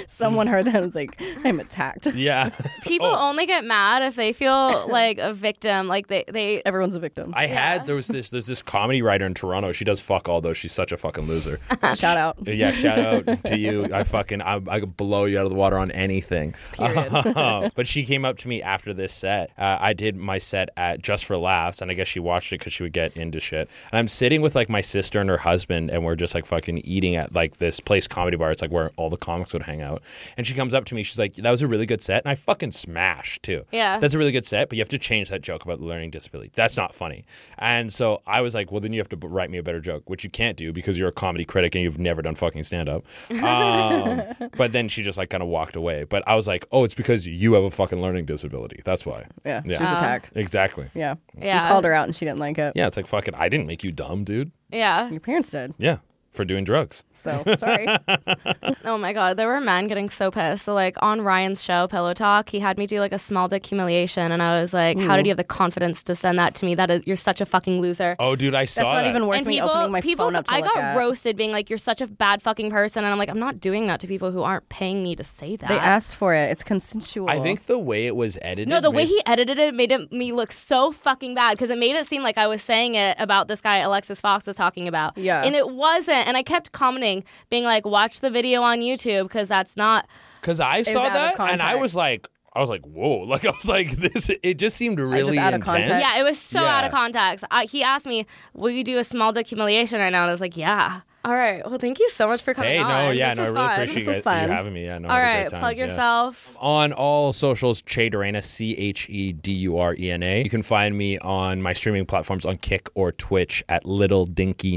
Someone heard that and was like, I'm attacked. yeah. People Oh. only get mad if they feel like a victim. Like they they Everyone's a victim. I had there was this there's this comedy writer in Toronto. She does fuck all though. She's such a fucking loser. Shout out. yeah, shout out to you. I fucking I, I could blow you out of the water on anything. but she came up to me after this set. Uh, I did my set at Just for Laughs, and I guess she watched it because she would get into shit. And I'm sitting with like my sister and her husband, and we're just like fucking eating at like this place comedy bar. It's like where all the comics would hang out. And she comes up to me. She's like, "That was a really good set," and I fucking smashed too. Yeah. that's a really good set, but you have to change that joke about the learning disability. That's not funny. And so I was like, well, then you have to b- write me a better joke, which you can't do because you're a comedy critic and you've never done fucking stand up. Um, but then she just like kind of walked away. But I was like, oh, it's because you have a fucking learning disability. That's why. Yeah, she Yeah. was attacked. Exactly. Yeah. Ah. Yeah. You called her out and she didn't like it. Yeah. It's like, fucking, I didn't make you dumb, dude. yeah. Your parents did. Yeah. For doing drugs. So sorry. Oh my god, there were men getting so pissed. So like on Ryan's show, Pillow Talk, he had me do like a small dick humiliation, and I was like, "How did you have the confidence to send that to me? That is, you're such a fucking loser." Oh, dude, I saw That's not that. even worth and me people, opening my people, phone up to I look got at. roasted, being like, "You're such a bad fucking person," and I'm like, "I'm not doing that to people who aren't paying me to say that." They asked for it. It's consensual. I think the way it was edited. No, the way made- he edited it made it, me look so fucking bad because it made it seem like I was saying it about this guy Alexis Fox was talking about. Yeah. And it wasn't. And I kept commenting, being like, watch the video on YouTube because that's not. Because I saw out of that and I was context. like, I was like, whoa. Like, I was like, this, it just seemed really out of intense. context. Yeah, it was so Yeah. out of context. I, he asked me, will you do a small dick humiliation right now? And I was like, yeah. All right. Well, thank you so much for coming Hey, on. no, yeah, this no, I was really fun. appreciate This you, was guys- fun. you having me. Yeah, no, I All had a great right. time, Plug yeah. yourself. On all socials, Che Durena, C H E D U R E N A. You can find me on my streaming platforms on Kick or Twitch at Little Dinky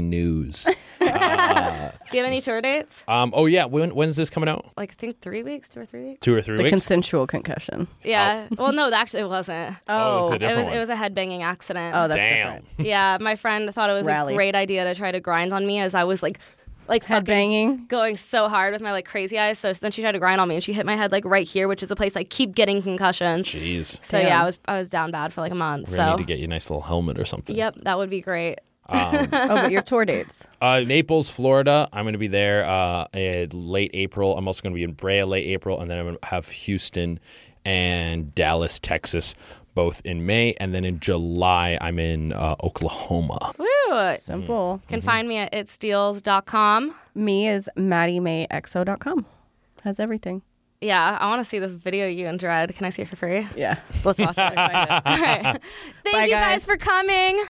News. Do you have any tour dates? um, oh, yeah, when, when's this coming out? Like, I think three weeks, two or three weeks? Two or three the weeks? consensual concussion. Yeah. Well, no, actually, it wasn't. oh, it's a It different was, one. it was a headbanging accident. Oh, that's Damn. different. Yeah, my friend thought it was Rally. a great idea to try to grind on me as I was like, like fucking Headbanging. going so hard with my like crazy eyes. So then she tried to grind on me, and she hit my head like right here, which is a place I keep getting concussions. Jeez. So Damn. yeah, I was I was down bad for like a month. so We're going to need to get you a nice little helmet or something. yep, that would be great. oh, but your tour dates. Uh, Naples, Florida. I'm going to be there uh, in late April. I'm also going to be in Brea late April, and then I'm going to have Houston and Dallas, Texas, both in May, and then in July I'm in uh, Oklahoma. Woo! Mm-hmm. Simple. Can find me at itsteals.com. Me is MaddieMayXO.com. Has everything. Yeah, I want to see this video you and Dread. Can I see it for free? Yeah. Let's watch it. If I do. All right. Thank Bye, you guys guys. for coming.